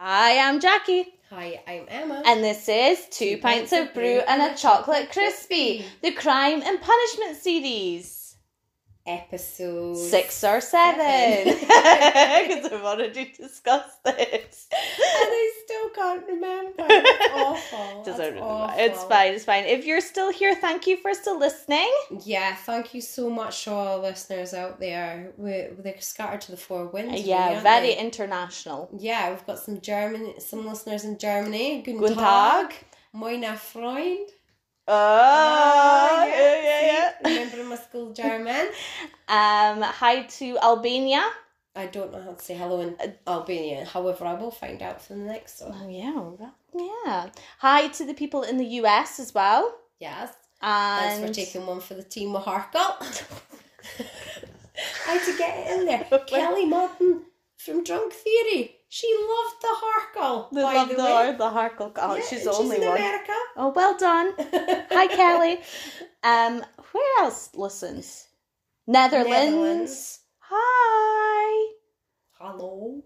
Hi, I'm Jackie, Hi, I'm Emma. and this is Two Pints of Brew and a Chocolate Crispy, the Crime and Punishment series. Episode Six or seven, Seven. because we've already discussed this. And I still can't remember. That's awful. Doesn't That's really matter. awful. It's fine, it's fine. If you're still here, thank you for still listening. Yeah, thank you so much to all our listeners out there. We they're scattered to the four winds. yeah, really, aren't very they? international. Yeah, we've got some German, some listeners in Germany. Guten, Guten Tag, Tag. meine Freund. Oh, Ah, yeah, yeah, see? yeah. Remember my school German? Um, hi to Albania. I don't know how to say hello in Uh, Albanian. However, I will find out for the next one. Oh yeah, well, yeah. Hi to the people in the US as well. Yes. Thanks And for taking one for the team of Harkle. I had to get it in there. Like- Kelly Martin from Drunk Theory. She loved the Harkle. They by love the, the, way. the Harkle. Oh, Yeah, she's and the only in one. America. Oh, well done. Hi, Kelly. Um, where else listens? Netherlands. Netherlands. Hi. Hello.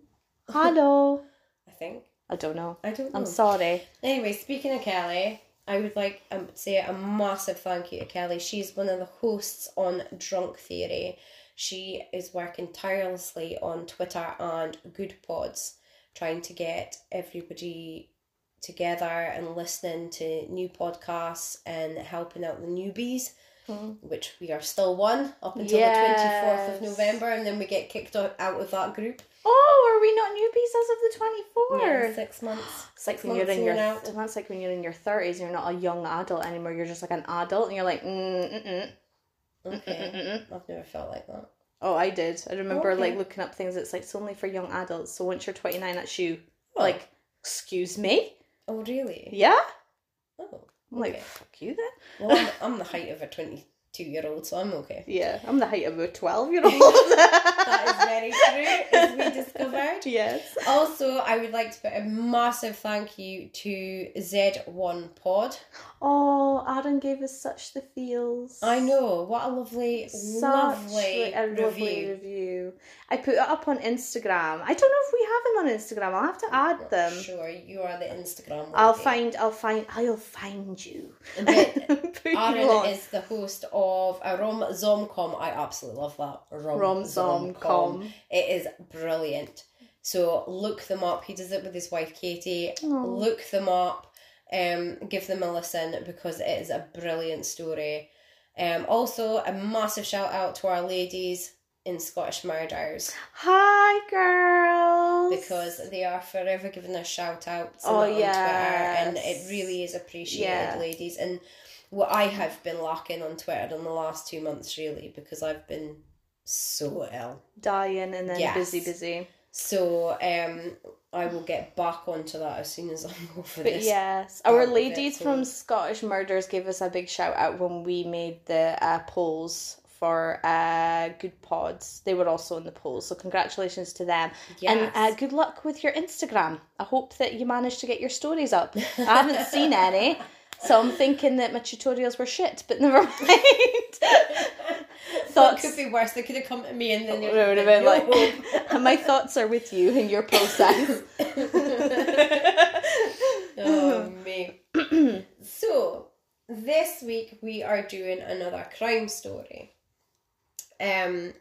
Hello. I think. I don't know. I don't know. I'm sorry. Anyway, speaking of Kelly, I would like to say a massive thank you to Kelly. She's one of the hosts on Drunk Theory. She is working tirelessly on Twitter and Good Pods, trying to get everybody together and listening to new podcasts and helping out the newbies, which we are still one up until the 24th Yes. of November, and then we get kicked o- out of that group. Oh, are we not newbies as of the 24th? Yeah, six months. It's Six like when you're months in in your and out. that's like when you're in your thirties, you're not a young adult anymore. You're just like an adult, and you're like, mm, mm, mm, mm, mm, Okay. mm, mm. I've never felt like that. oh, I did. I remember Okay. like looking up things. It's like it's only for young adults. So once you're 29, that's you. Oh. Like, excuse me? Oh, really? Yeah. Oh. I'm like, Okay. fuck you then. Well, I'm, I'm the height of a 22 year old, so I'm okay. Yeah, I'm the height of a 12 year old. that That is very true, as we discovered. Yes. Also, I would like to put a massive thank you to Z1 Pod. Oh, Aaron gave us such the feels. I know, what a lovely, Such lovely a review. lovely review. I put it up on Instagram. I don't know if we have them on Instagram. I'll have to add Not them. Oh Sure, you are the Instagram. I'll lady. find. I'll find. I'll find you. But Put you on. Aaron is the host of a Rom Zomcom. I absolutely love that. Rom, Rom Zom Com. It is brilliant. So look them up. He does it with his wife Katie. Oh. look them up um give them a listen because it is a brilliant story um also a massive shout out to our ladies in Scottish Murders Hi, girls. because they are forever giving us shout outs Oh, on Twitter and yes. it really is appreciated Yeah. ladies and what I have been lacking on Twitter in the last two months really because I've been so ill dying and then Yes. busy, busy. so um I will get back onto that as soon as I'm over But this yes, part our of it, ladies so- from Scottish Murders gave us a big shout out when we made the uh, polls for uh, Good Pods. They were also in the polls, so congratulations to them. yes. And uh, good luck with your Instagram. I hope that you managed to get your stories up. I haven't seen any, so I'm thinking that my tutorials were shit, but never mind. Thought Thoughts? could be worse. They could have come to me and then It they would have been like, my thoughts are with you in your process. oh me. so this week we are doing another crime story. Um,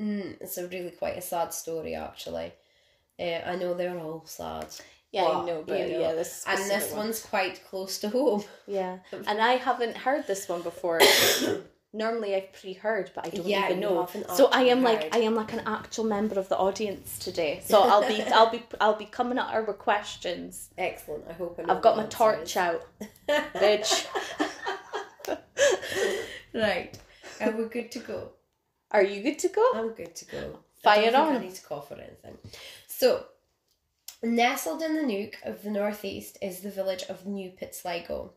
mm, it's a really quite a sad story actually. Uh, I know they're all sad, Yeah, Well, I know, but you know, yeah, this and specific this one. one's quite close to home. Yeah, and I haven't heard this one before. Normally, I've pre-heard, but I don't Yeah, even you know. haven't So I am actually like heard. I am like an actual member of the audience today. So I'll be I'll be I'll be coming at her with questions. Excellent. I hope I know I've got the my torch answers. out, bitch. Right, are we good to go? Are you good to go? I'm good to go. Fire I don't on. Think I need to cough or anything. So, nestled in the nuke of the northeast is the village of New Pitsligo,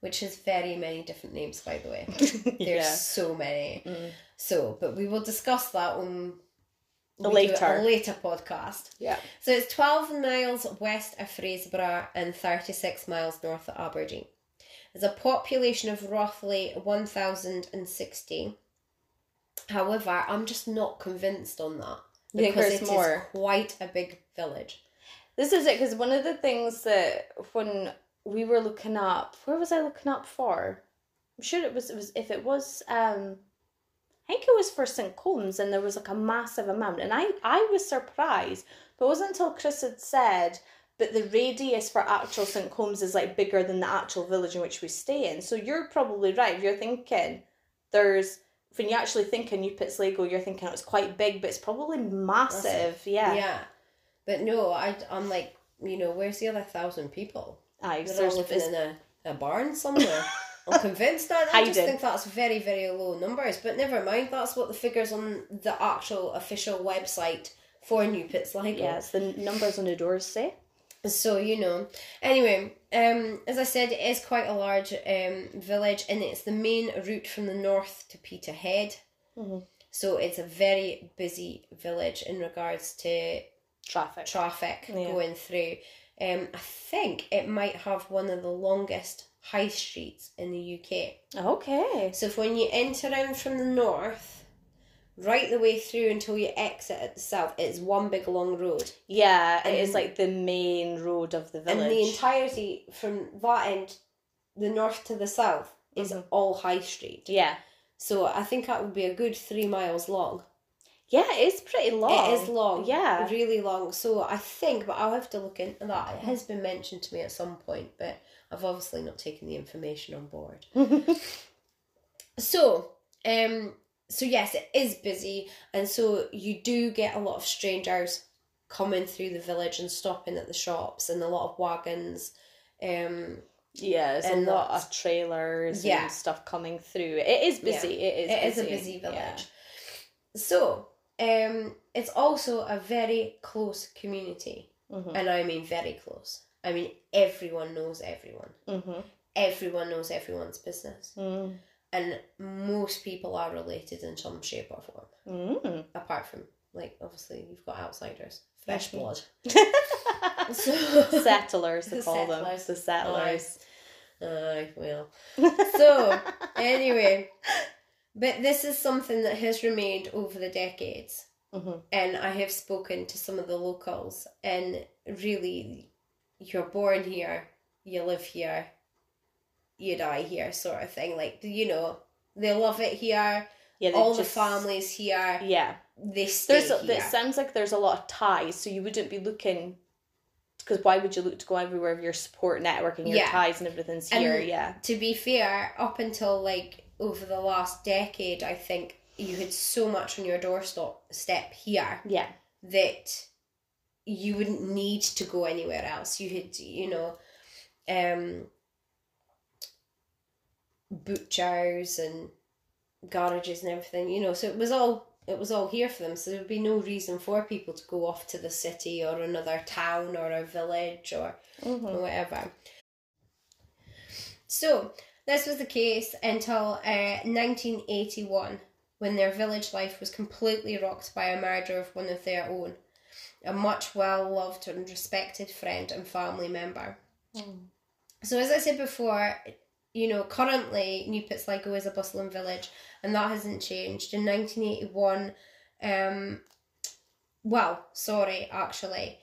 which has very many different names, by the way. There's yeah. so many. Mm. So, but we will discuss that when we do Later. a later podcast. Yeah. So it's 12 miles west of Fraserburgh and 36 miles north of Aberdeen. There's a population of roughly 1,060. However, I'm just not convinced on that You think because there's it is more? quite a big village. This is it because one of the things that when we were looking up, where was I looking up for? I'm sure it was it was if it was um I think it was for St. Colm's and there was like a massive amount and I I was surprised, but it wasn't until Chris had said but the radius for actual St. Colm's is like bigger than the actual village in which we stay in. So you're probably right. If you're thinking there's when you actually think in New Pits Lego, you're thinking oh, it's quite big, but it's probably massive. Massive. Yeah. Yeah. But no, I, I'm like, you know, where's the other thousand people? Aye, so They're all there's- living in a, a barn somewhere. I'm convinced that. I just Hiding. think that's very, very low numbers. But never mind, that's what the figures on the actual official website for New Pits Lego. Yeah, it's the numbers on the doors say. So you know. Anyway, um, as I said, it is quite a large um village, and it's the main route from the north to Peterhead. Mhm. So it's a very busy village in regards to Traffic. traffic Yeah. going through. Um, I think it might have one of the longest high streets in the UK. okay. So if when you enter in from the north, right the way through until you exit at the south, it's one big long road. Yeah, it is And- like the main road of the village. And the entirety from that end, the north to the south, is Mhm. all high street. yeah. So I think that would be a good three miles long. Yeah, it is pretty long. It is long. Yeah. Oh. Really long. So I think, but I'll have to look into that. It has been mentioned to me at some point, but I've obviously not taken the information on board. So, um, so yes, it is busy, and so you do get a lot of strangers coming through the village and stopping at the shops, and a lot of wagons. Um, yeah, it's And a lot lots. of trailers Yeah. and stuff coming through. It is busy. It is. it is busy. a busy village. Yeah. So, um, it's also a very close community, Mhm. and I mean very close. I mean everyone knows everyone. Mhm. Everyone knows everyone's business, Mm. and most people are related in some shape or form. Mm. apart from like obviously you've got outsiders, fresh Mhm. blood. So, settlers, they The call them. settlers. The settlers. Aye, well. So anyway, but this is something that has remained over the decades, Mhm. and I have spoken to some of the locals, and really, you're born here, you live here, you die here, sort of thing. Like you know, they love it here. Yeah, they All just- the families here. Yeah. They stay There's. here. A, it sounds like there's a lot of ties, so you wouldn't be looking. Because why would you look to go everywhere if your support network and your Yeah. ties and everything's And- here? yeah. to be fair, up until like over the last decade, I think you had so much on your doorstep step here Yeah. that you wouldn't need to go anywhere else. You had, you know, um, butchers and garages and everything. You know, so it was all it was all here for them. So there'd be no reason for people to go off to the city or another town or a village or Mhm. or whatever. So, this was the case until uh, 1981 when their village life was completely rocked by a murder of one of their own, a much well loved and respected friend and family member. Mm. So, as I said before, you know, currently New Pits Lego is a bustling village and that hasn't changed. In 1981, um, well, sorry, actually,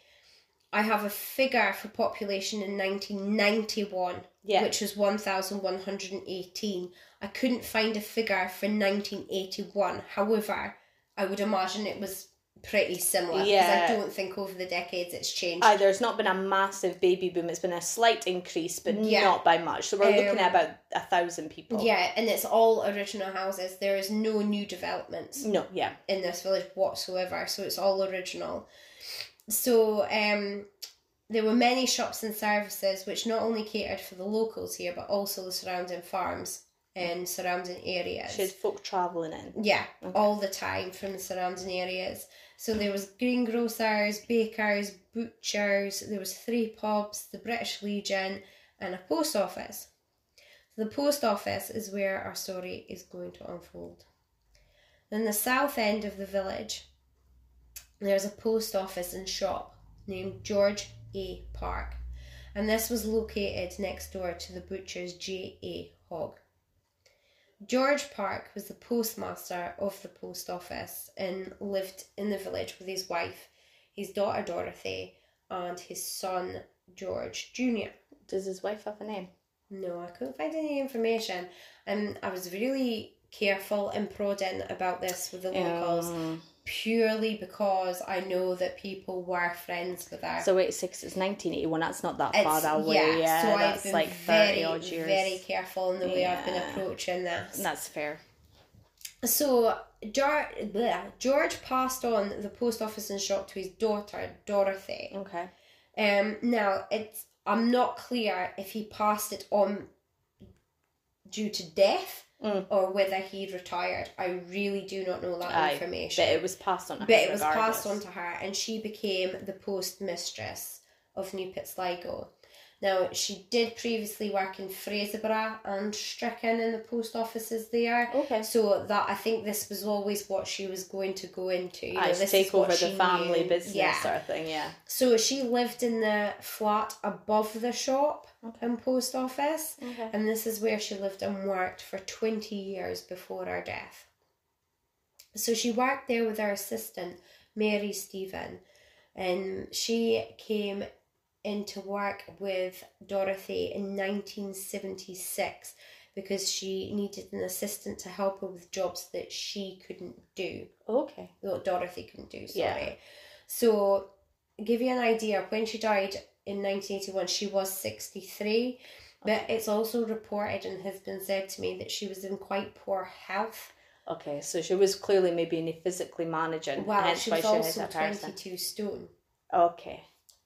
I have a figure for population in 1991, Yeah. which was 1,118. I couldn't find a figure for 1981. However, I would imagine it was pretty similar because Yeah. I don't think over the decades it's changed. Aye, there's not been a massive baby boom. It's been a slight increase, but Yeah. not by much. So we're looking at Um, about a thousand people. yeah, and it's all original houses. There is no new developments. No, yeah. in this village whatsoever, so it's all original. So um, there were many shops and services which not only catered for the locals here but also the surrounding farms and surrounding areas. She had folk travelling in. Yeah, Okay. all the time from the surrounding areas. So there was greengrocers, bakers, butchers, there was three pubs, the British Legion, and a post office. The post office is where our story is going to unfold. In the south end of the village, there's a post office and shop named George A. Park, and this was located next door to the butcher's J. A. Hogg. George Park was the postmaster of the post office and lived in the village with his wife, his daughter Dorothy, and his son George Jr. Does his wife have a name? No, I couldn't find any information, and I was really careful and prodding about this with the locals Um, purely because I know that people were friends with her. so wait, six is nineteen eighty one. That's not that It's- far away. Yeah, so I've that's been like very, thirty odd years. very careful in the way I've been Yeah. approaching this. That's fair. So George, George passed on the post office and shop to his daughter Dorothy. Okay. Um, now it's I'm not clear if he passed it on due to death Mm. or whether he retired. I really do not know that Aye, information. But it was passed on. to But her it was passed on regardless. to her, and she became the postmistress of New Pit Sligo. Now she did previously work in Fraserburgh and Stricken in the post offices there. Okay. So that I think this was always what she was going to go into. You know, I this take is what over the she family knew. business Yeah. sort of thing. Yeah. So she lived in the flat above the shop Okay. and post office, Okay. and this is where she lived and worked for 20 years before her death. So she worked there with her assistant, Mary Stephen, and she came into work with Dorothy in 1976 because she needed an assistant to help her with jobs that she couldn't do Okay. that Dorothy couldn't do, sorry. Yeah. So, give you an idea, when she died in 1981, she was 63, but it's also reported and has been said to me that she was in quite poor health. Okay. So she was clearly maybe any physically managing. Well, hence she why was also had that person. 22 stone. Okay.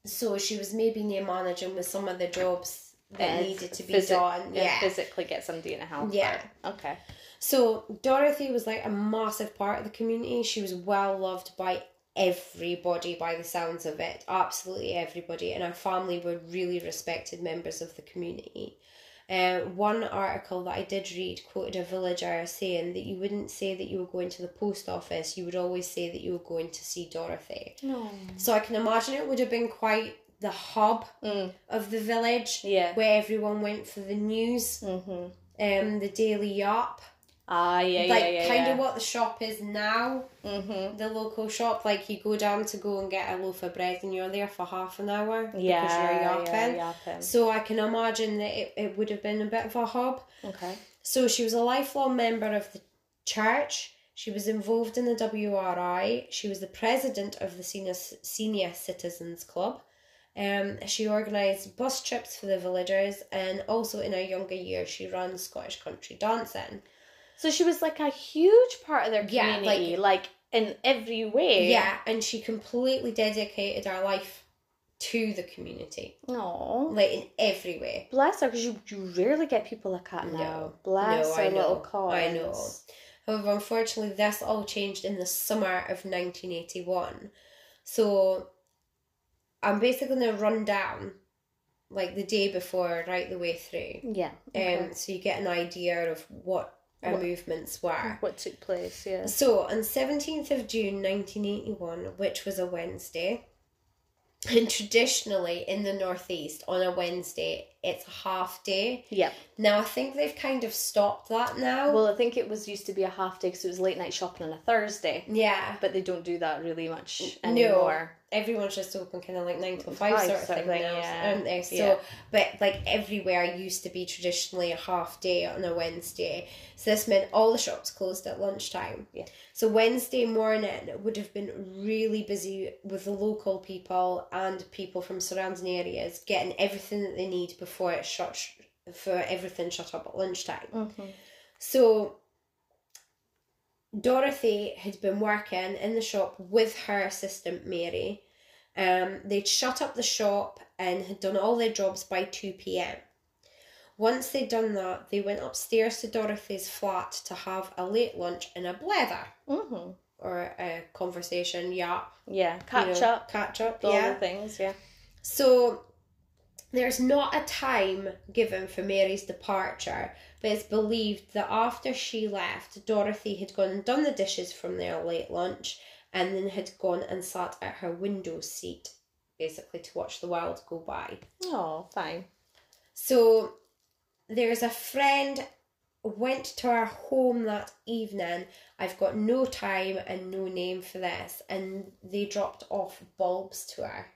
So, she was maybe near managing with some of the jobs that And needed to be physi- done. and Yeah. Physically get somebody in a house. Yeah. Okay. So Dorothy was like a massive part of the community. She was well loved by everybody by the sounds of it. Absolutely everybody. And her family were really respected members of the community. Uh, one article that I did read quoted a villager saying that you wouldn't say that you were going to the post office, you would always say that you were going to see Dorothy. No. So I can imagine it would have been quite the hub Mm. of the village Yeah. where everyone went for the news, Mm-hmm. um, the Daily Yap Ah, yeah, like yeah, yeah. kind yeah. of what the shop is now Mm-hmm. the local shop like you go down to go and get a loaf of bread and you're there for half an hour Yeah, because you're yeah, yapping yapping. so i can imagine that it, it would have been a bit of a hub Okay. so she was a lifelong member of the church she was involved in the wri she was the president of the senior, senior citizens club um, she organised bus trips for the villagers and also in her younger years she ran scottish country dancing So she was like a huge part of their Yeah, like- community, like, in every way. Yeah, and she completely dedicated her life to the community, No. like in every way. Bless her, because you, you rarely get people like that No. now. Bless No, her I little know. cause. I know. However, unfortunately, this all changed in the summer of 1981. So I'm basically going to run down like the day before, right the way through. Yeah. Um, so you get an idea of what our What- movements were. okay. What took place, yeah. So on 17th of June 1981, which was a Wednesday, and traditionally in the Northeast on a Wednesday, it's a half day. Yep. Now I think they've kind of stopped that now. Well, I think it was used to be a half day because it was late night shopping on a Thursday, yeah. but they don't do that really much No. anymore. Everyone's just open kind of like 9 till 5 Five sort of sort thing of now, thing, yeah. aren't they? So, Yeah. but like everywhere used to be traditionally a half day on a Wednesday. So this meant all the shops closed at lunchtime. Yeah. So Wednesday morning would have been really busy with the local people and people from surrounding areas getting everything that they need before it shut for everything shut up at lunchtime. Mm-hmm. So Dorothy had been working in the shop with her assistant Mary. Um, they'd shut up the shop and had done all their jobs by 2 pm. Once they'd done that, they went upstairs to Dorothy's flat to have a late lunch and a blether Mm-hmm. or a conversation, yeah. Yeah. Catch up. Catch up, All yeah. the things, yeah. So there's not a time given for Mary's departure, but it's believed that after she left, Dorothy had gone and done the dishes from their late lunch and then had gone and sat at her window seat, basically to watch the world go by. Oh, fine. So there's a friend went to her home that evening. I've got no time and no name for this, and they dropped off bulbs to her.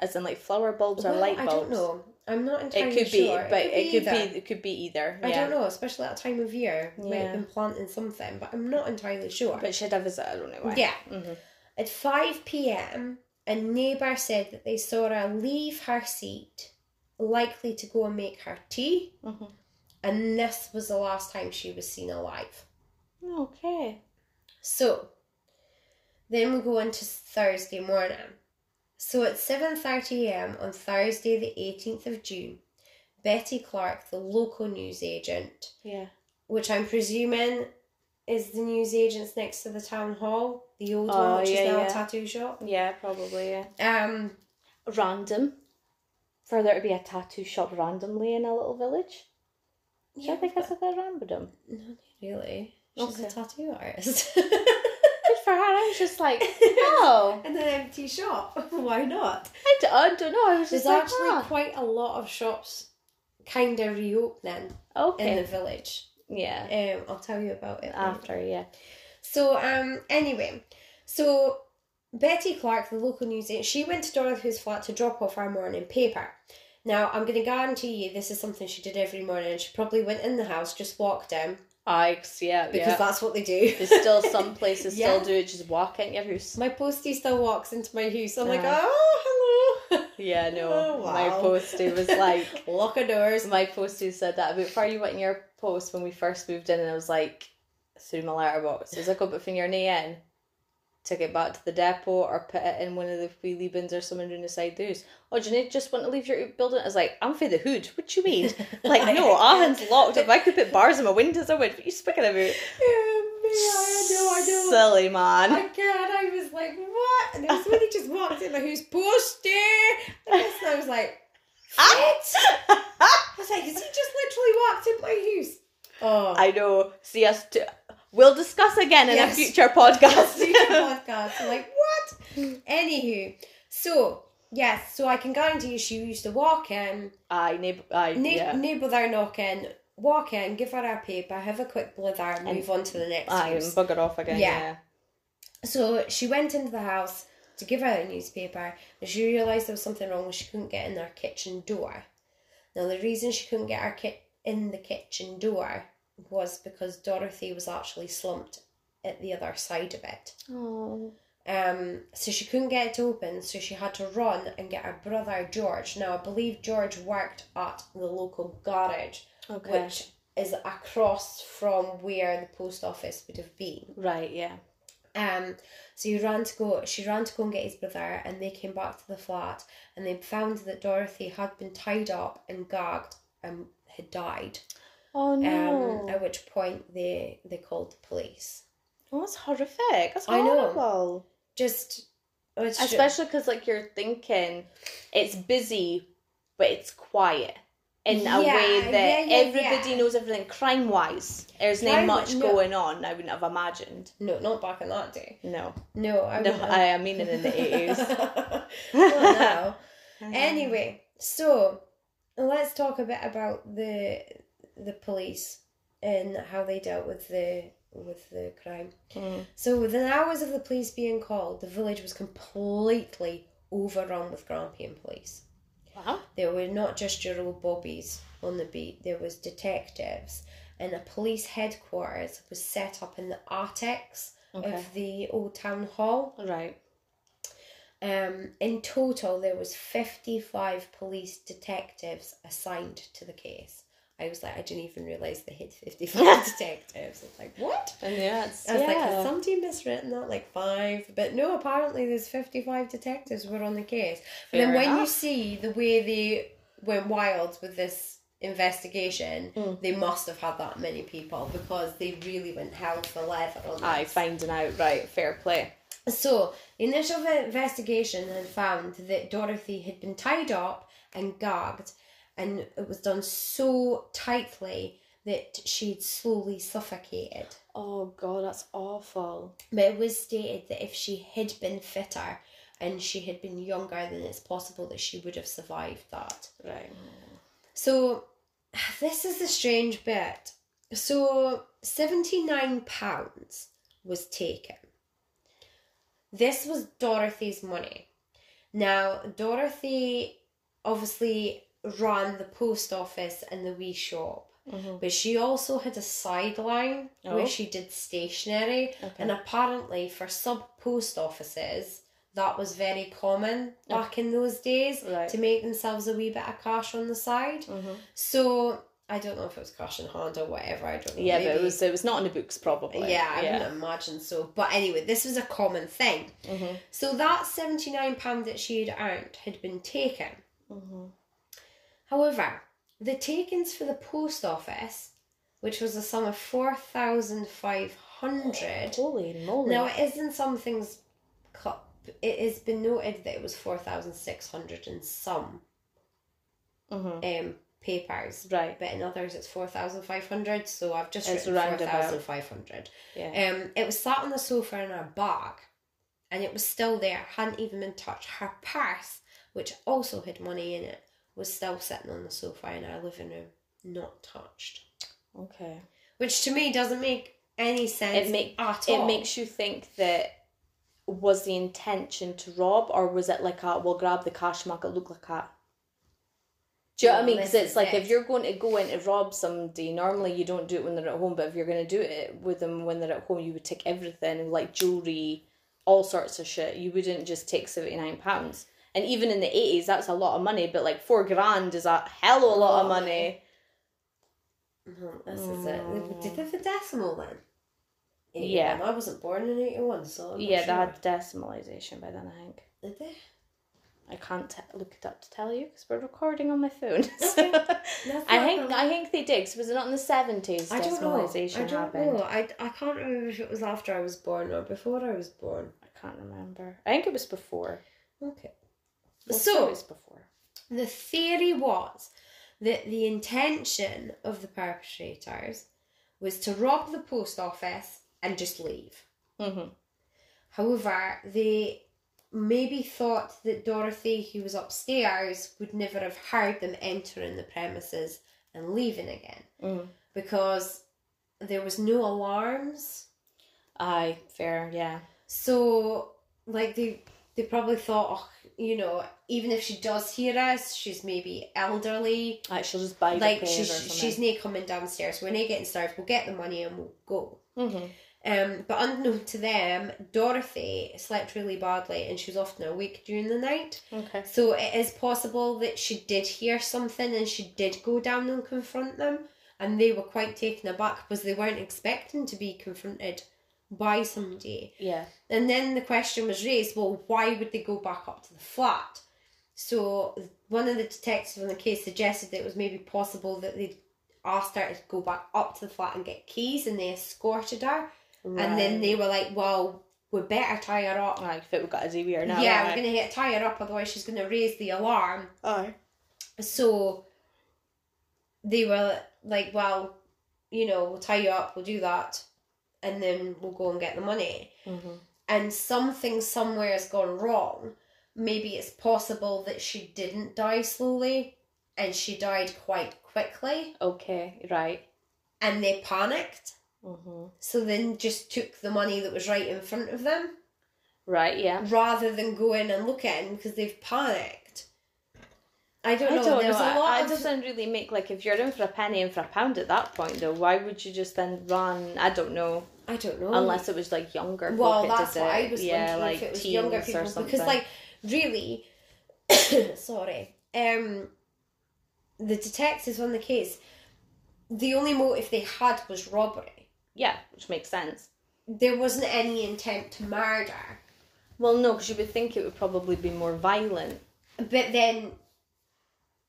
As in, like flower bulbs or Well, light bulbs. I don't know. I'm not It entirely could be, sure. but it could either. be, it could be either. I yeah. don't know, especially at a time of year. we Might Yeah. have been planting something, but I'm not entirely sure. But she had a visit. I don't know why. yeah. Mhm. At 5 pm, a neighbour said that they saw her leave her seat, likely to go and make her tea, Mhm. and this was the last time she was seen alive. Okay. So, then we go into Thursday morning. So at 7:30 a.m. on Thursday the 18th of June, Betty Clark, the local news agent, Yeah. which I'm presuming is the newsagents next to the town hall, the old Oh, one, which yeah, is now yeah. a tattoo shop. Yeah. Probably. Yeah. Um, Random. For there to be a tattoo shop randomly in a little village. Do yeah, you think but- that's a bit random? no, not really. She's Okay. a tattoo artist. Good for her. I was just like, oh, and an empty shop. Why not? I, d- I don't know. I was There's just like, actually quite a lot of shops kind of reopening ah, in the okay. Ah, village. yeah. Um, I'll tell you about it later. After, yeah. So um anyway, so Betty Clark, the local news agent, she went to Dorothy's flat to drop off her morning paper. Now I'm gonna guarantee you this is something she did every morning. She probably went in the house, just walked in Ikes, yeah, because yeah. that's what they do. There's still some places Yeah. still do it, just walk in your house. My postie still walks into my house. I'm like, Uh-huh. oh hello. Yeah, no. Oh, My wow. postie was like, Lock of doors. my postie said that about far you went in your post when we first moved in, and I was like, through my letterbox. It was like, oh, but from your name in, took it back to the depot or put it in one of the wheelie bins or something down the side the house. Oh, Janine just want to leave your building. I was like, I'm for the hood. What you mean? Like, no, Ahan's locked. If I could put bars in my windows, I would. What are you speaking about? Yeah, I know, I know. Silly man. My God, I was like, what? And it was when he just walked in, like, who's posty? And I was like, what? Ah! I was like, has he just literally walked in my house? Oh. I know. See us. T- we'll discuss again in a Yes. future That's the podcast. podcast. I'm like, what? Anywho, so, yes, so I can guarantee you she used to walk in, aye, neighbor. Aye, na- yeah. neighbour there knocking, walk in, give her a paper, have a quick blither, and move on to the next Aye, and house. bugger off again. Yeah. Yeah. So she went into the house to give out a newspaper and she realised there was something wrong when she couldn't get in her kitchen door. Now, the reason she couldn't get her kit in the kitchen door was because Dorothy was actually slumped at the other side of it. Oh. Um, so she couldn't get it open, so she had to run and get her brother George. Now, I believe George worked at the local garage, Okay. which is across from where the post office would have been. Right. Yeah. Um, so he ran to go. She ran to go and get his brother, and they came back to the flat, and they found that Dorothy had been tied up and gagged and had died. Oh no. Um, at which point they they called the police. oh, that's horrific. That's I know. horrible. Just, oh, it's ju- Especially because like you're thinking, it's busy, but it's quiet. In a Yeah, way that yeah, yeah, everybody yeah. knows everything crime wise. There's not Crime- much no. going on, I wouldn't have imagined. no, not back in that day. No. No, I no, wouldn't. I, I mean it in the 80s. well, no. Um, Anyway, so let's talk a bit about the the police and how they dealt with the with the crime. Mm. So within hours of the police being called, the village was completely overrun with Grampian police. Wow. There were not just your old bobbies on the beat, there was detectives and a police headquarters was set up in the attics Okay. of the old town hall. Right. Um, in total there was 55 police detectives assigned to the case. I was like, I didn't even realise they had 55 detectives. It's like, what? And yeah, it's, I was like, yeah. has somebody miswritten that like five? But no, apparently there's 55 detectives were on the case. and then Fair when you enough. see the way they went wild with this investigation, Mm. they must have had that many people because they really went hell for leather on that. Aye, finding out, right, fair play. So, the initial investigation had found that Dorothy had been tied up and gagged, and it was done so tightly that she'd slowly suffocated. Oh god, that's awful. But it was stated that if she had been fitter and she had been younger, then it's possible that she would have survived that. Right. So, this is the strange bit. So, £79 was taken. This was Dorothy's money. Now, Dorothy obviously ran the post office and the wee shop, Mm-hmm. but she also had a sideline Oh. where she did stationery. Okay. And apparently, for sub post offices, that was very common back in those days Right. to make themselves a wee bit of cash on the side. Mhm. So I don't know if it was cash in hand or whatever. I don't know. Yeah, but it maybe. was it was not in the books probably. Yeah, I yeah. wouldn't imagine so. But anyway, this was a common thing. Mhm. So that seventy nine pound that she had earned had been taken. Mhm. However, the takings for the post office, which was a sum of four thousand five hundred, Holy moly! Now it isn't something's cup. It has been noted that it was four thousand six hundred in some Mhm. um papers, Right. but in others it's four thousand five hundred. So I've just It's written four roundabout. thousand five hundred. Yeah. Um, it was sat on the sofa in her bag, and it was still there. Hadn't even been touched. Her purse, which also had money in it, was still sitting on the sofa in our living room, not touched. Okay. Which to me doesn't make any sense. It make- at all. It makes you think that was the intention to rob or was it like a we'll grab the cash market look like that. Do you know what I mean? Well, Because this it's is like it. if you're going to go in to rob somebody, normally you don't do it when they're at home, but if you're going to do it with them when they're at home, you would take everything, like jewellery, all sorts of shit. You wouldn't just take £79. And even in the 80s, that's a lot of money, but like four grand is a hell of a lot of money. Mm-hmm. No, this is it. Did they have a decimal then? Mm. Yeah. 81. I wasn't born in 81, so. I'm not Yeah, sure. they had decimalisation by then, I think. Did they? I can't t- look it up to tell you because we're recording on my phone. Okay. I think I think they did. 'cause was it not in the seventies? I don't know. Decimalisation I don't happened. know. I, I can't remember if it was after I was born or before I was born. I can't remember. I think it was before. Okay. Well, So- so it was before. The theory was that the intention of the perpetrators was to rob the post office and just leave. Mhm. However, they maybe thought that Dorothy, who was upstairs, would never have heard them entering the premises and leaving again Mm. because there was no alarms. Aye, fair. Yeah. So, like they they probably thought, oh, you know, even if she does hear us, she's maybe elderly. Like she'll just buy Like the she's or something. she's nae coming downstairs. We're nae getting served. We'll get the money and we'll go. Mhm. Um, but unknown to them, Dorothy slept really badly and she was often awake during the night. Okay. So it is possible that she did hear something and she did go down and confront them. And they were quite taken aback because they weren't expecting to be confronted by somebody. Yeah. And then the question was raised well, why would they go back up to the flat? So one of the detectives on the case suggested that it was maybe possible that they'd asked her to go back up to the flat and get keys and they escorted her. And then they were like, well, we better tie her up. like if it we got a DV or not. yeah, we're right. going to tie her up, otherwise she's going to raise the alarm. Aye. So they were like, well, you know, we'll tie you up, we'll do that, and then we'll go and get the money. Mhm. And something somewhere has gone wrong. Maybe it's possible that she didn't die slowly and she died quite quickly, Okay. Right. and they panicked. Mhm. So then just took the money that was right in front of them. Right. Yeah. rather than go in and look at him because they've panicked. I don't know. There's I- a lot I of doesn't really make like if you're in for a penny and for a pound at that point though. Why would you just then run? I don't know. I don't know. unless it was like younger. folk Oh. well, that that's did what it. I was yeah, thinking. like if it was teens younger or people, something. because like really, sorry, um, the detectives on the case, the only motive they had was robbery. yeah, which makes sense. There wasn't any intent to murder. Well, no, because you would think it would probably be more violent. but then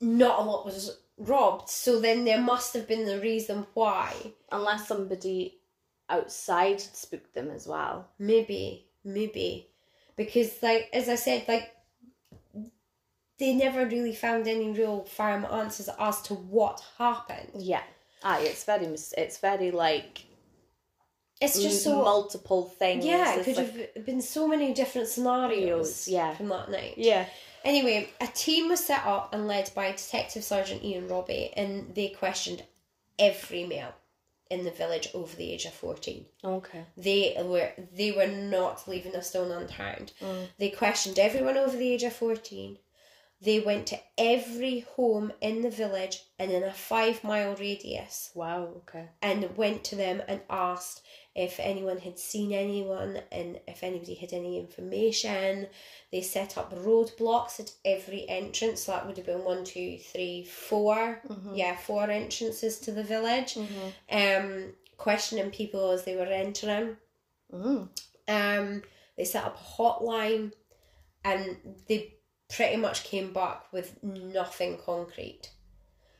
not a lot was robbed. So then there must have been the reason why. Unless somebody outside had spooked them as well. Maybe, maybe, because like as I said, like they never really found any real firm answers as to what happened. Yeah. Aye, it's very, mis- it's very like It's just m- so multiple things. yeah, it It's could like- have been so many different scenarios. Scenarios, yeah. from that night. Yeah. Anyway, a team was set up and led by Detective Sergeant Ian Robbie, and they questioned every male in the village over the age of 14. Okay. They were they were not leaving a stone unturned. Mm. They questioned everyone over the age of 14. They went to every home in the village and in a 5-mile radius Wow. Okay. and went to them and asked if anyone had seen anyone and if anybody had any information. They set up roadblocks at every entrance. So that would have been one, two, three, four. Mhm. Yeah, four entrances to the village. Um, questioning people as they were entering. Mm. Um, they set up a hotline, and they pretty much came back with nothing concrete.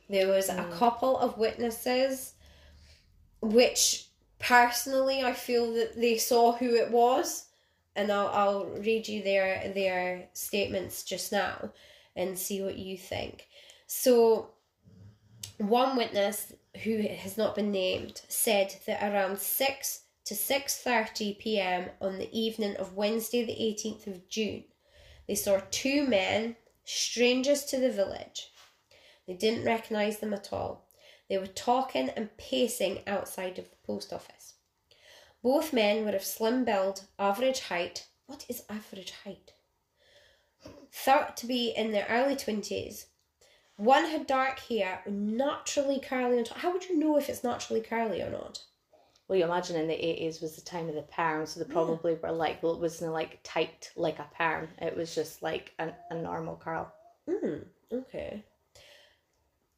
There was a couple of witnesses, which personally I feel that they saw who it was, and I'll I'll read you their their statements just now, and see what you think. So, one witness who has not been named said that around six to 6:30 p.m. on the evening of Wednesday the 18th of June. They saw two men, strangers to the village. They didn't recognize them at all. They were talking and pacing outside of the post office. Both men were of slim build, average height. What is average height? Thought to be in their early 20s. One had dark hair, naturally curly on top. How would you know if it's naturally curly or not? Well, you imagine in the eighties was the time of the perm, so they probably were like, well, it wasn't like tight like a perm. It was just like a, a normal curl. Mm, okay.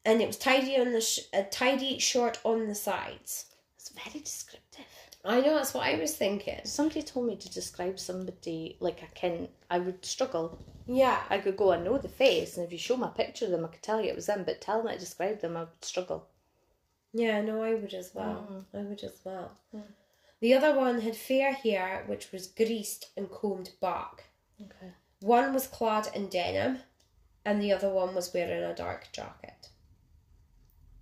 And it was tidy on the sh- uh, tidy short on the sides. It's very descriptive. I know that's what I was thinking. If somebody told me to describe somebody like I can, I would struggle. Yeah, I could go, I know the face, and if you show me a picture of them, I could tell you it was them. But tell me to describe them, I would struggle. yeah, no, I would as well. I would as well. The other one had fair hair, which was greased and combed back. Okay. One was clad in denim, and the other one was wearing a dark jacket.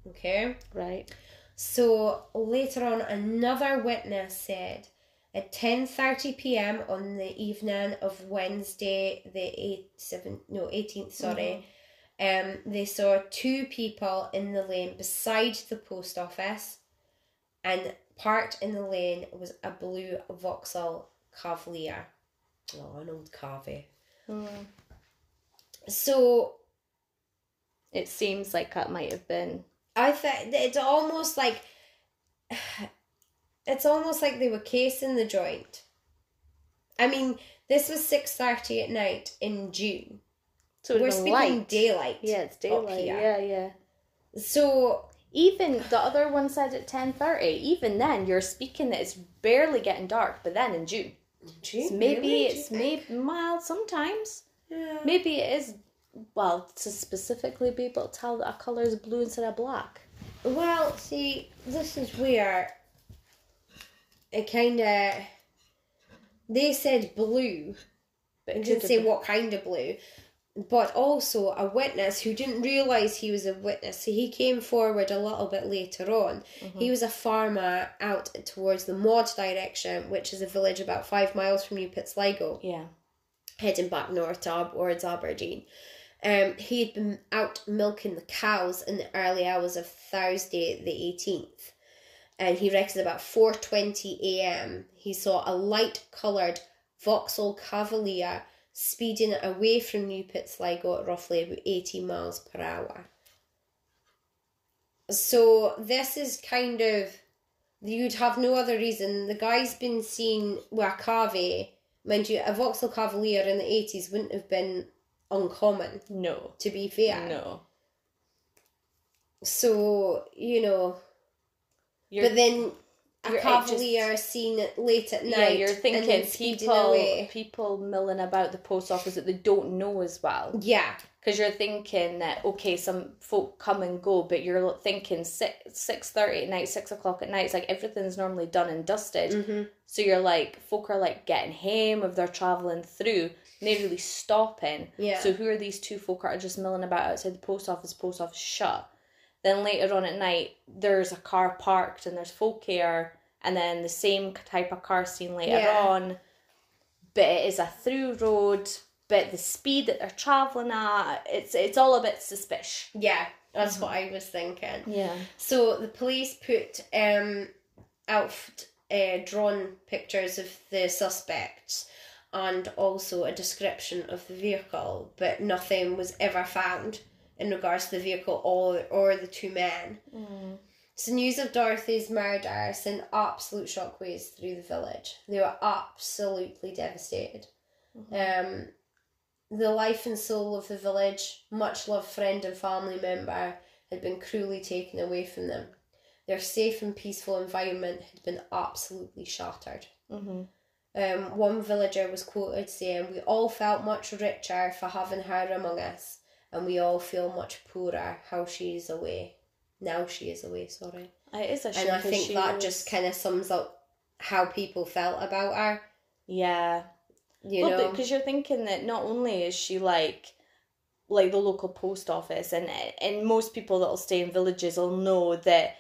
Okay. Right. So later on, another witness said at 10:30 p.m. on the evening of Wednesday, the 8th, 7, no 18th, sorry, um, they saw two people in the lane beside the post office, and parked in the lane was a blue Vauxhall Cavalier. Oh, an old cavy. Hmm. So It seems like that might have been. I think it's almost like it's almost like they were casing the joint. I mean, this was six thirty at night in June. So it we're would've been speaking light. daylight. Oh, Yeah, it's daylight. here. Yeah, yeah. So Even the other one said at ten thirty. Even then, you're speaking that it's barely getting dark. But then in June, it's maybe it's maybe mild sometimes. Yeah. Maybe it is. Well, to specifically be able to tell that a color is blue instead of black. Well, see, this is where it kind of they said blue. But It it didn't could say have been- what kind of blue, but also a witness who didn't realise he was a witness. So he came forward a little bit later on. He was a farmer out towards the Maud direction, which is a village about five miles from New Pitts, Sligo, Yeah. heading back north towards Aberdeen. Um, he had been out milking the cows in the early hours of Thursday the 18th. And he reckons about 4.20 a.m. he saw a light-coloured Vauxhall Cavalier speeding away from New Pitt Sligo at roughly about 80 miles per hour. So this is kind of... You'd have no other reason. The guy's been seen with a cave. Mind you, a Vauxhall Cavalier in the 80s wouldn't have been uncommon No. to be fair. No. So, you know, You're, but then you're- a it cavalier seen it late at night. yeah, you're and thinking then speeding people away. people milling about the post office that they don't know as well. Yeah, because you're thinking that okay some folk come and go but you're thinking 6 six thirty at night 6 o'clock at night it's like everything's normally done and dusted Mm. mm-hmm, so you're like folk are like getting home if they're traveling through and they're really stopping Yeah. so who are these two folk that are just milling about outside the post office post office shut then later on at night there's a car parked and there's folk here and then the same type of car seen later Yeah. on but it is a through road but the speed that they're traveling at, it's it's all a bit suspicious. Yeah, that's what I was thinking. Yeah. So the police put um, out uh, drawn pictures of the suspects and also a description of the vehicle, but nothing was ever found in regards to the vehicle or, or the two men. Mm-hmm. So news of Dorothy's murder sent absolute shockwaves through the village. They were absolutely devastated. Um, the life and soul of the village, much loved friend and family member, had been cruelly taken away from them. Their safe and peaceful environment had been absolutely shattered. Mm-hmm. Um, one villager was quoted saying, We all felt much richer for having her among us, and we all feel much poorer how she is away. Now she is away, sorry. It is a shame. And I 'cause think she that was- just kind of sums up how people felt about her, yeah. you know? because you're thinking that not only is she like like the local post office and and most people that'll stay in villages will know that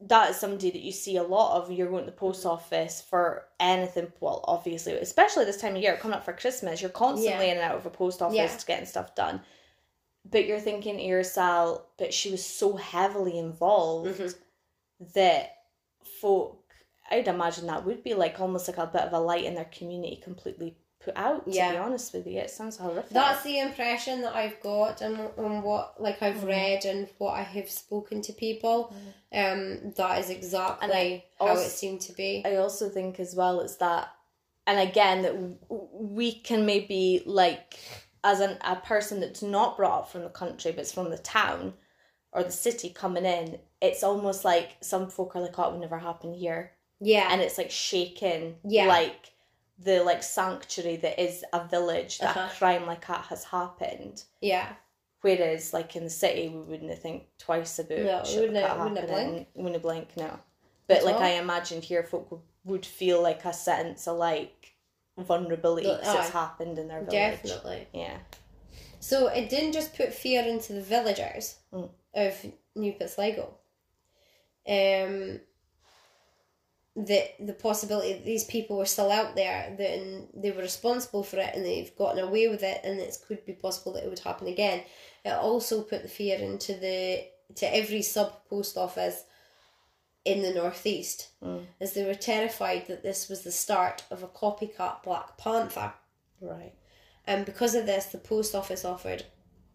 that is somebody that you see a lot of you're going to the post Mm-hmm. office for anything well obviously especially this time of year coming up for christmas you're constantly in and out of a post office Yeah. to getting stuff done but you're thinking to yourself but she was so heavily involved Mhm. that folk I'd imagine that would be like almost like a bit of a light in their community completely put out, to Yeah. be honest with you. It sounds horrific. That's the impression that I've got and, and what like I've Mm. read and what I have spoken to people. Um, that is exactly how Mm-hmm. also- it seemed to be. I also think as well it's that and again that w- we can maybe like as an, a person that's not brought up from the country but's from the town or the city coming in, it's almost like some folk are like, Oh, it would never happen here. yeah. and it's like shaking Yeah. like the like sanctuary that is a village that Uh-huh. a crime like that has happened yeah. whereas like in the city we wouldn't think twice about No, shit wouldn't like it- that wouldn't it happening. wouldn't blink no but At like all. I imagined here folk would, would feel like a sense of like vulnerability Look, because it's aye. happened in their village Definitely. yeah So it didn't just put fear into the villagers Mm. of New Pitsligo. Um, the the possibility that these people were still out there, that and they were responsible for it, and they've gotten away with it, and it could be possible that it would happen again. It also put the fear into the to every sub post office in the northeast, Mm. as they were terrified that this was the start of a copycat Black Panther. right And because of this, the post office offered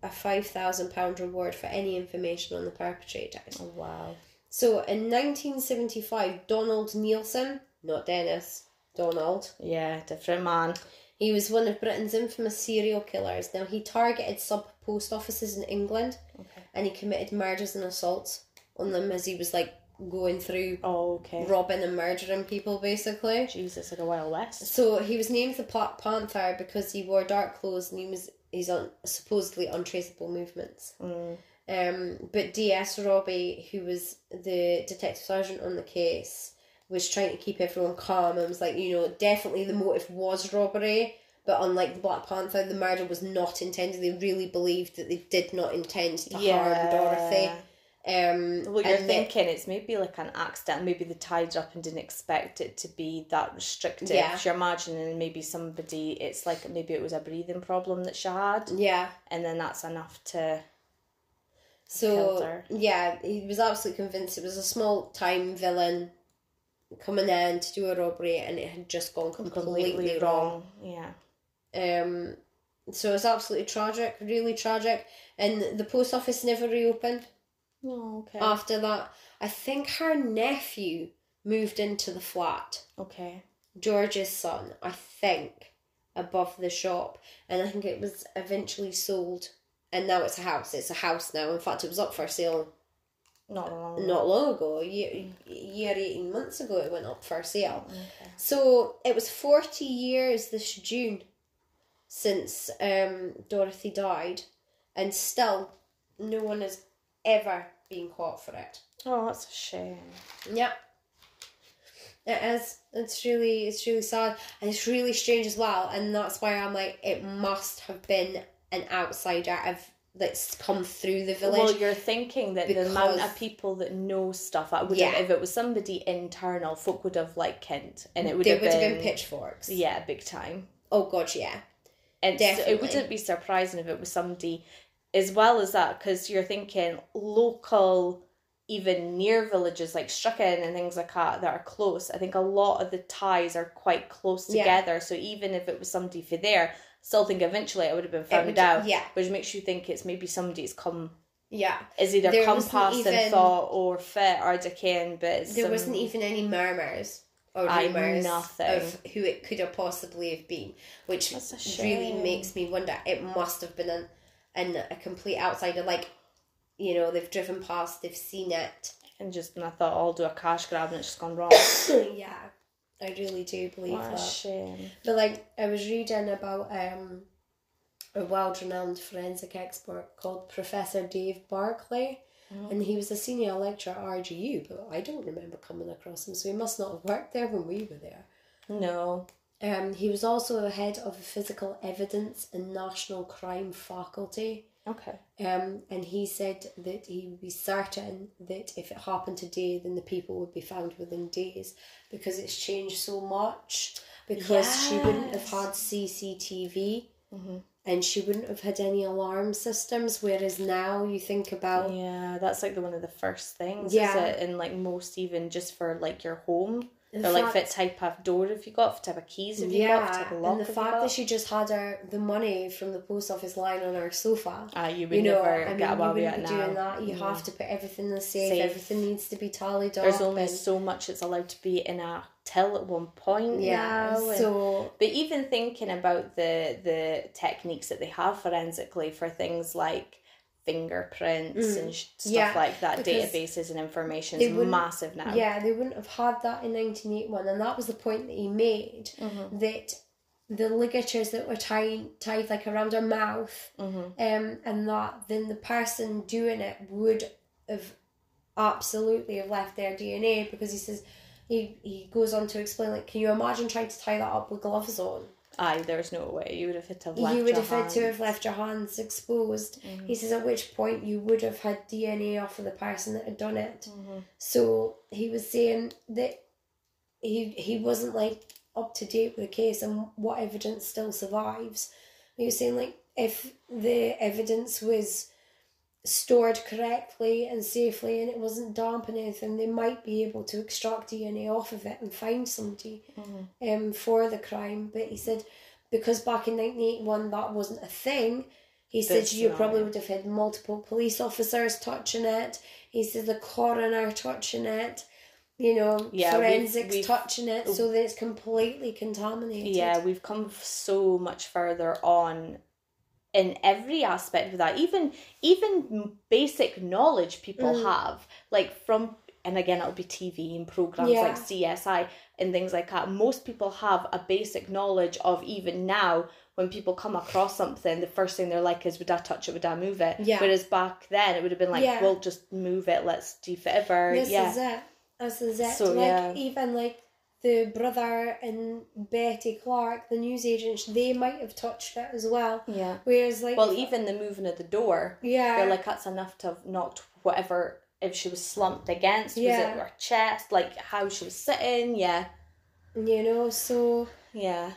a £5,000 reward for any information on the perpetrators. oh, wow So in 1975, Donald Nielsen, not Dennis, Donald, yeah different man he was one of Britain's infamous serial killers. Now, he targeted sub post offices in England okay and he committed murders and assaults on them as he was like going through oh okay robbing and murdering people basically. Jesus like a wild west So he was named the Black Panther because he wore dark clothes and he was his un- supposedly untraceable movements. mm. Um, but DS Robbie, who was the detective sergeant on the case, was trying to keep everyone calm and was like, you know, definitely the motive was robbery, but unlike the Black Panther, the murder was not intended. They really believed that they did not intend to harm Dorothy. yeah Um, Well, you're and that- thinking it's maybe like an accident. Maybe they tied her up and didn't expect it to be that restrictive. Yeah. You're imagining maybe somebody, it's like maybe it was a breathing problem that she had, yeah. and then that's enough to. killed So her. yeah, he was absolutely convinced it was a small time villain coming in to do a robbery, and it had just gone completely, wrong. Yeah. Um, so it's absolutely tragic, really tragic. And the post office never reopened Oh, okay. after that. I think her nephew moved into the flat. okay. George's son, I think, above the shop, and I think it was eventually sold. And now it's a house. It's a house now. In fact, it was up for sale Not long. not long ago, a year, a year 18 months ago, it went up for sale. Okay. So it was 40 years this June since um, Dorothy died, and still no one has ever been caught for it. Oh, that's a shame. Yep. It is. It's really, it's really sad, and it's really strange as well. And that's why I'm like, it must have been an outsider of that's come through the village. Well, you're thinking that the amount Because- of people that know stuff, I would Yeah. have, if it was somebody internal, folk would have like Kent, and it would there have would been, have been pitchforks. yeah, big time. Oh god, yeah. And Definitely. it wouldn't be surprising if it was somebody as well as that, because you're thinking local, even near villages like Stricken and things like that that are close. I think a lot of the ties are quite close Yeah. together. So even if it was somebody for there, still think eventually it would have been It found would- out. Yeah, Which makes you think it's maybe somebody's come yeah. is either There come wasn't past even- and thought or fit or decaying, but it's There some- wasn't e- even any murmurs or Aye, rumours nothing. of who it could have possibly have been, which That's a really shame. makes me wonder. It must have been an, an a complete outsider. Like, you know, they've driven past, they've seen it. and just and I thought "Oh, I'll do a cash grab and it's just gone wrong. yeah, I really do believe what a that. shame. But like I was reading about um a world renowned forensic expert called Professor Dave Barclay. Oh. And he was a senior lecturer at RGU, but I don't remember coming across him, so he must not have worked there when we were there. No. Um, he was also the head of the Physical Evidence and National Crime Faculty. Okay. Um, and he said that he would be certain that if it happened today, then the people would be found within days because it's changed so much. Because she wouldn't have Yes. had CCTV hmm and she wouldn't have had any alarm systems, whereas now you think about. Yeah, that's like the one of the first things. Yeah. Is it? And like most even just for like your home. the Or like fact- fit type of door if you got, fit type of keys if you got, fit yeah, type of lock. and the have you fact got. that she just had her the money from the post office lying on her sofa. Ah, you would You know, never I mean, get you away with wouldn't it be now. doing that. You No. have to put everything in the safe. Safe. Everything needs to be tallied up. There's only and- so much that's allowed to be in a till at one point yeah. now. and- So But even thinking about the the techniques that they have forensically for things like fingerprints Mm. and sh- stuff Yeah, like that, because databases and information they is wouldn't- massive now. Yeah, they wouldn't have had that in 1981, and that was the point that he made Mhm. that the ligatures that were tied tied like around her mouth, Mhm. um, and that then the person doing it would have absolutely have left their DNA because he says he he goes on to explain like, can you imagine trying to tie that up with gloves on? Aye, there's no way you would have had to have left you would your have had to have hands. left your hands exposed. Mhm. He says at which point you would have had DNA off of the person that had done it. Mhm. So he was saying that he he wasn't like up to date with the case and what evidence still survives. He was saying like if the evidence was stored correctly and safely and it wasn't damp and anything, they might be able to extract DNA off of it and find somebody Mhm. um for the crime. But he said because back in nineteen eighty one that wasn't a thing. He said That's you not probably it. would have had multiple police officers touching it. He said the coroner touching it. You know, Yeah, we've- forensics we've- touching it, so that it's completely contaminated. Yeah, we've come f- so much further on in every aspect of that. Even even m- basic knowledge people Mm. have, like from and again it'll be TV and programs Yeah. like CSI and things like that. Most people have a basic knowledge of even now when people come across something, the first thing they're like is would I touch it, would I move it? Yeah. Whereas back then it would have been like, Yeah. Well just move it, let's do whatever. This yeah. is it. This is it. So, like yeah. even like the brother and Betty Clark, the newsagent, they might have touched it as well. Yeah. Whereas like Well even the moving of the door. yeah, feel like that's enough to have knocked whatever if she was slumped against Yeah. was it her chest like how she was sitting yeah you know, so yeah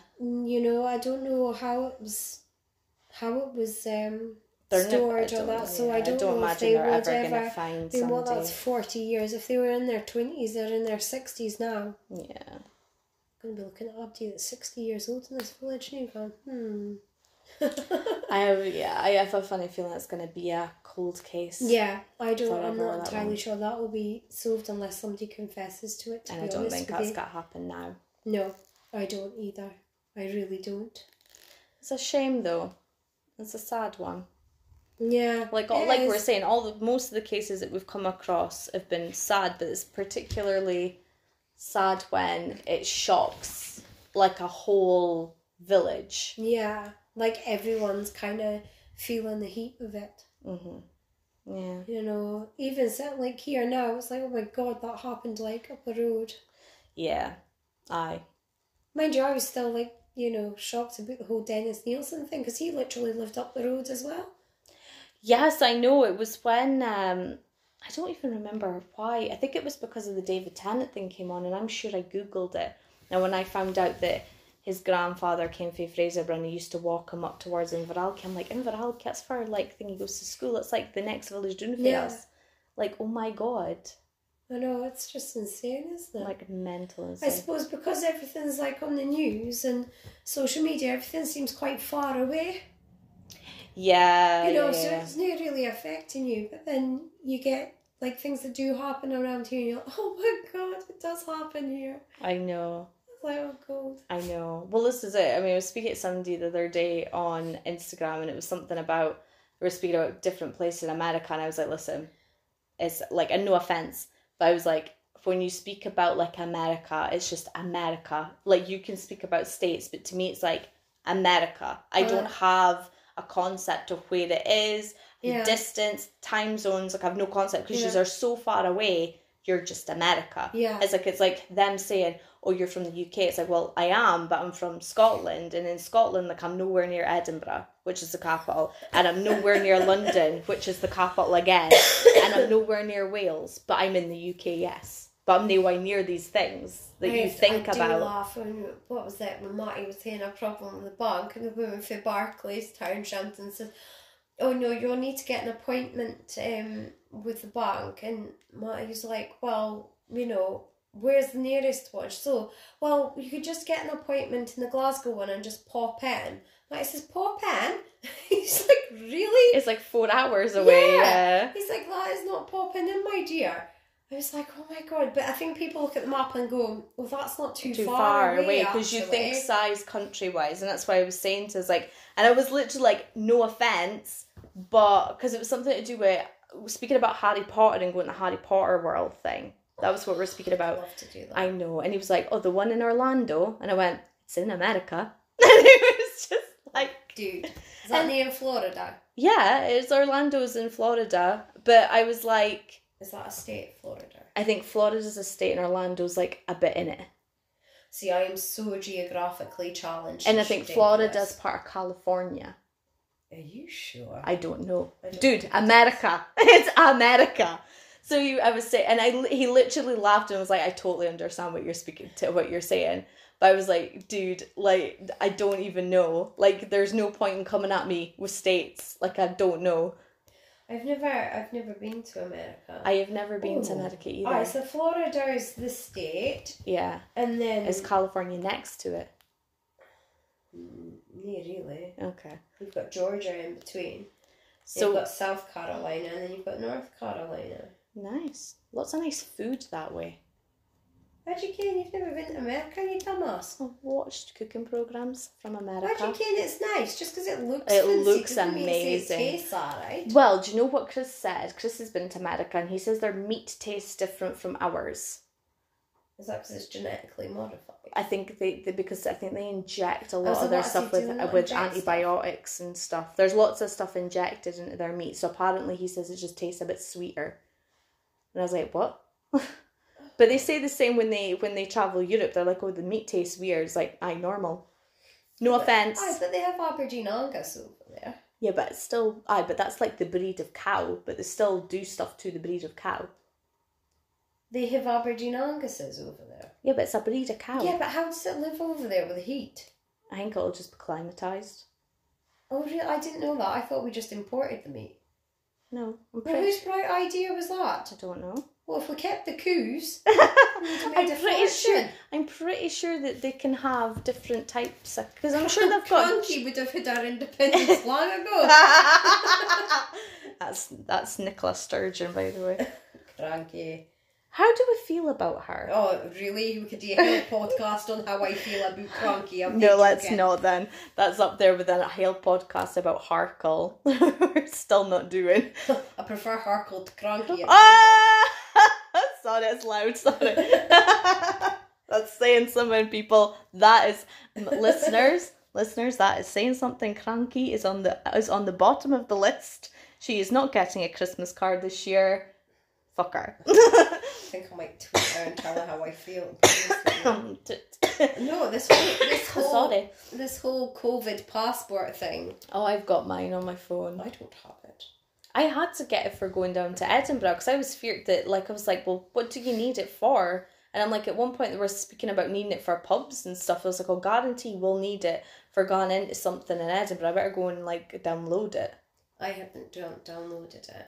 you know, I don't know how it was, how it was um They're never- I stored or don't- that. So yeah, I don't, know if imagine they they're would ever ever. gonna find I mean, well, somebody that's forty years. If they were in their twenties, they're in their sixties now. yeah I'm gonna be looking at Abdi that's sixty years old in this village, Hmm. and you going, hmm. i have yeah i have a funny feeling it's gonna be a cold case Yeah, I don't. I'm Forever not that entirely one. sure that will be solved unless somebody confesses to it. To and be i don't honest think with that's you. gonna happen now No, I don't either. I really don't. it's a shame though it's a sad one Yeah, like it all, like we we're is. saying all the most of the cases that we've come across have been sad but it's particularly sad when it shocks like a whole village Yeah, like everyone's kind of feeling the heat of it. hmm yeah You know, even set like here now, it's like, oh my god, that happened like up the road. yeah aye Mind you, I was still like, you know, shocked about the whole Dennis Nielsen thing because he literally lived up the road as well. yes i know it was when um i don't even remember why i think it was because of the david tennant thing came on and i'm sure i googled it now when i found out that his grandfather, Kenfi Fraserburn, who used to walk him up towards Inveralki. I'm like, Inveralki, that's far like thing he goes to school. It's like the next village down for Yeah. us. Like, oh my god. I know, it's just insane, isn't it? Like mental and I suppose because everything's like on the news and social media, everything seems quite far away. Yeah. you know, Uh, yeah, so yeah. it's not really affecting you. But then you get like things that do happen around here, and you're like, oh my god, it does happen here. I know. It's like, oh god. I know. Well, this is it. I mean, I was speaking to somebody the other day on Instagram, and it was something about we were speaking about different places in America, and I was like, listen, it's like, and no offense, but I was like, when you speak about like America, it's just America. Like you can speak about states, but to me, it's like America. I Uh-huh. don't have a concept of where it is, the Yeah. distance, time zones. Like I have no concept because Yeah. you are so far away. You're just America. Yeah. It's like it's like them saying, "Oh, you're from the UK." It's like, well, I am, but I'm from Scotland, and in Scotland, like I'm nowhere near Edinburgh, which is the capital, and I'm nowhere near London, which is the capital again, and I'm nowhere near Wales, but I'm in the UK, yes, but I'm nowhere near these things that you Yes, think I about. Do laugh when, what was that when Matty was saying a problem with the bank, and the woman for Barclays Town Shanton says, "Oh no, you'll need to get an appointment um, with the bank." And Matty's like, "Well, you know, where's the nearest one?" So, well, you could just get an appointment in the Glasgow one and just pop in. Matty says, "Pop in." He's like, "Really?" It's like four hours away. Yeah. Yeah. He's like, that is not popping in, my dear. I was like, oh my god. But I think people look at the map and go, well, that's not too, Too far away because you actually. think size country wise, and that's why I was saying to us like, and I was literally like, no offense, but because it was something to do with speaking about Harry Potter and going to Harry Potter world thing. That was what we were speaking I'd about. love to do that. I know, and he was like, oh, the one in Orlando, and I went, it's in America. And it was just like, Dude, is that And- near Florida? yeah, it's Orlando's in Florida, but I was like, Is that a state, Florida? I think Florida's a state and Orlando's like a bit in it. See, I am so geographically challenged. And I It's think ridiculous. Florida's part of California. Are you sure? I don't know. I don't Dude, think it is. America. It's America. So you I was saying and I li- he literally laughed and was like, I totally understand what you're speaking to what you're saying. But I was like, dude, like I don't even know. Like there's no point in coming at me with states. Like I don't know. I've never, I've never been to America. I have never been to Ooh. America either. Alright, so Florida is the state, yeah. and then Is California next to it? Mm, yeah, really. Okay. You've got Georgia in between. So you've got South Carolina and then you've got North Carolina. nice. Lots of nice food that way. How'd you ken you've never been to America, you dumbass? I've watched cooking programs from America. How'd you ken it's nice? Just because it looks It fancy looks doesn't mean it's- amazing. It tastes alright. Well, do you know what Chris said? Chris has been to America and he says their meat tastes different from ours. Is that because it's genetically modified? I think they, they because I think they inject a lot There's a of their lot of stuff they with uh, do not with inject stuff. antibiotics and stuff. There's lots of stuff injected into their meat. So apparently he says it just tastes a bit sweeter. And I was like, "What?" but they say the same when they when they travel Europe. They're like, "Oh, the meat tastes weird." It's like, "I normal." No offense. Aye, but they have Aberdeen Angus over there. Yeah, but it's still aye, but that's like the breed of cow, but they still do stuff to the breed of cow. They have Aberdeen Anguses over there. Yeah, but it's a breed of cow. Yeah, but how does it live over there with the heat? I think it'll just be climatized. Oh, really? I didn't know that. I thought we just imported the meat. No, I'm Now, pretty. whose bright idea was that? I don't know. Well, if we kept the coos, we'd made I'm a pretty sure. fortune. I'm pretty sure that they can have different types because I'm sure they've got. Country would have had our independence long ago. that's that's Nicola Sturgeon, by the way. Cranky. How do we feel about her? Oh, really? We could do a whole podcast on how I feel about Cranky. I'm No, not let's joking. not then. That's up there with a Hale podcast about Harkle. We're still not doing. I prefer Harkle to Cranky. Ah! sorry, it's loud. Sorry. That's saying something, people. That is, listeners, listeners. That is saying something. Cranky is on the is on the bottom of the list. She is not getting a Christmas card this year. Fuck her. I think I might tweet her and tell her how I feel. no, this whole, this whole, sorry. this whole COVID passport thing. Oh, I've got mine on my phone. I don't have it. I had to get it for going down to Edinburgh because I was feared that, like, I was like, well, what do you need it for? And I'm like, at one point they were speaking about needing it for pubs and stuff. I was like, I'll guarantee we'll need it for going into something in Edinburgh. I better go and like download it. I haven't done, downloaded it.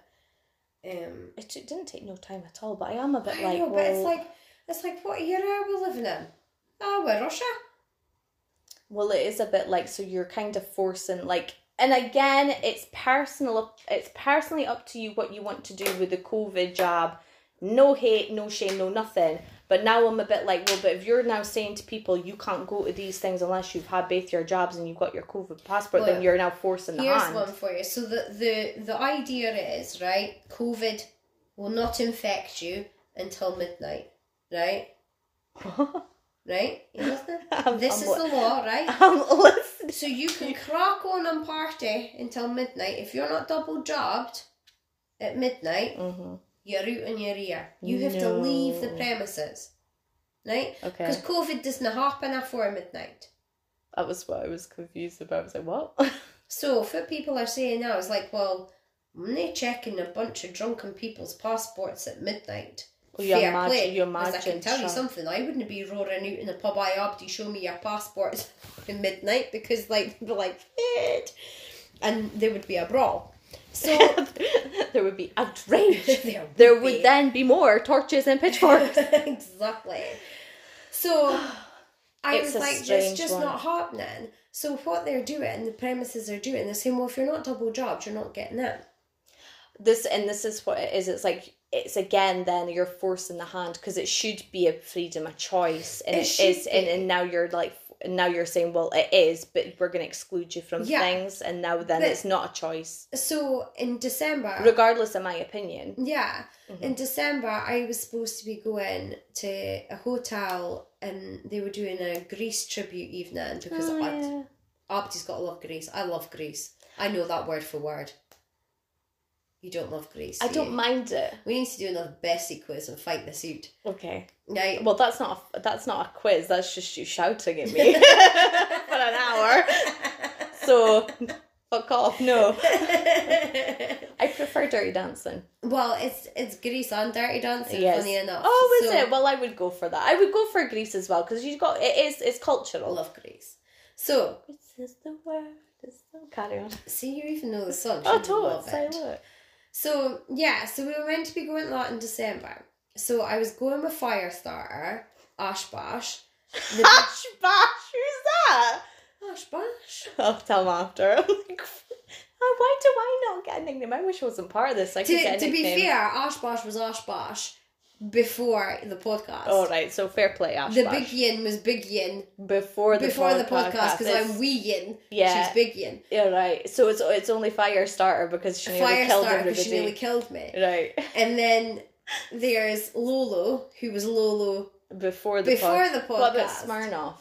Um, It t- didn't take no time at all, but I am a bit I like, know, but well, it's like it's like what era are we living in? Oh, we're Russia. well, it is a bit like, so you're kind of forcing like, and again, it's personal. up- It's personally up to you what you want to do with the COVID jab. No hate, no shame, no nothing. But now I'm a bit like, well, but if you're now saying to people you can't go to these things unless you've had both your jobs and you've got your COVID passport, Well, then you're now forcing the Here's hand. one for you. So the the the idea is right. COVID will not infect you until midnight. Right. Right. You listening? I'm- this I'm is wa- the law, right? I'm listening. So you can crack on and party until midnight. If you're not double jobbed at midnight, hmm you're out in your ear. You have to leave the No. premises. Right? Okay, Because COVID doesn't happen after midnight. that was what I was confused about. I was like, what? So, if what people are saying now is like, well, I'm not checking a bunch of drunken people's passports at midnight. Well, you Fair imagine, play. you 'cause imagine. I can tell you Sean. something, I wouldn't be roaring out in a pub, I up to show me your passport at midnight because, like, they'd be like, "Fit," and there would be a brawl. So, there would be outrage. there would, there would be. then be more torches and pitchforks. exactly. So I It's was a like, it's strange just one. not happening. So what they're doing, the premises are doing, they're saying, well, if you're not double jobbed, you're not getting in. this and this is what it is. It's like it's again then you're forcing the hand because it should be a freedom of choice and It it should is and, be. and now you're like and now you're saying well it is but we're going to exclude you from Yeah. things and now then But- it's not a choice So in December, regardless of my opinion yeah, Mhm. in December I was supposed to be going to a hotel and they were doing a Greece tribute evening because Oh, Abt- yeah. Abdi's got to love Greece. I love Greece. I know that word for word. You don't love Greece. I do don't you? mind it We need to do another Bessie quiz and fight this out. okay Right? well that's not a, that's not a quiz that's just you shouting at me for an hour so fuck off no I prefer Dirty Dancing. well, it's it's Greece on Dirty Dancing, Yes. funny enough. Oh, is So, it? Well, I would go for that. I would go for Greece as well because you've got it is it's I cultural. love Greece. So, This is the word. It's the carry on. see, you even know the song. Oh, you totally. love Say it. what? So, yeah, so we were meant to be going to that in December. So I was going with Firestarter, Ash Bash. The, Bash, bash. Who's that? Ash Bash? I'll tell him after. I'm like, "Oh, why do I not get a nickname? I wish I wasn't part of this. I could To, get a to be nickname. fair, Ash Bash was Ash Bash before the podcast. All Oh, right, so fair play, Ash. the bash. big yin was big yin before the before the podcast, podcast because it's- I'm wee yin. yeah, She's big yin. yeah, right. So it's it's only fire starter because she nearly Fire killed starter because everybody. she nearly killed me. Right And then there's Lolo, who was Lolo before the before podcast. the podcast. What about Smirnoff?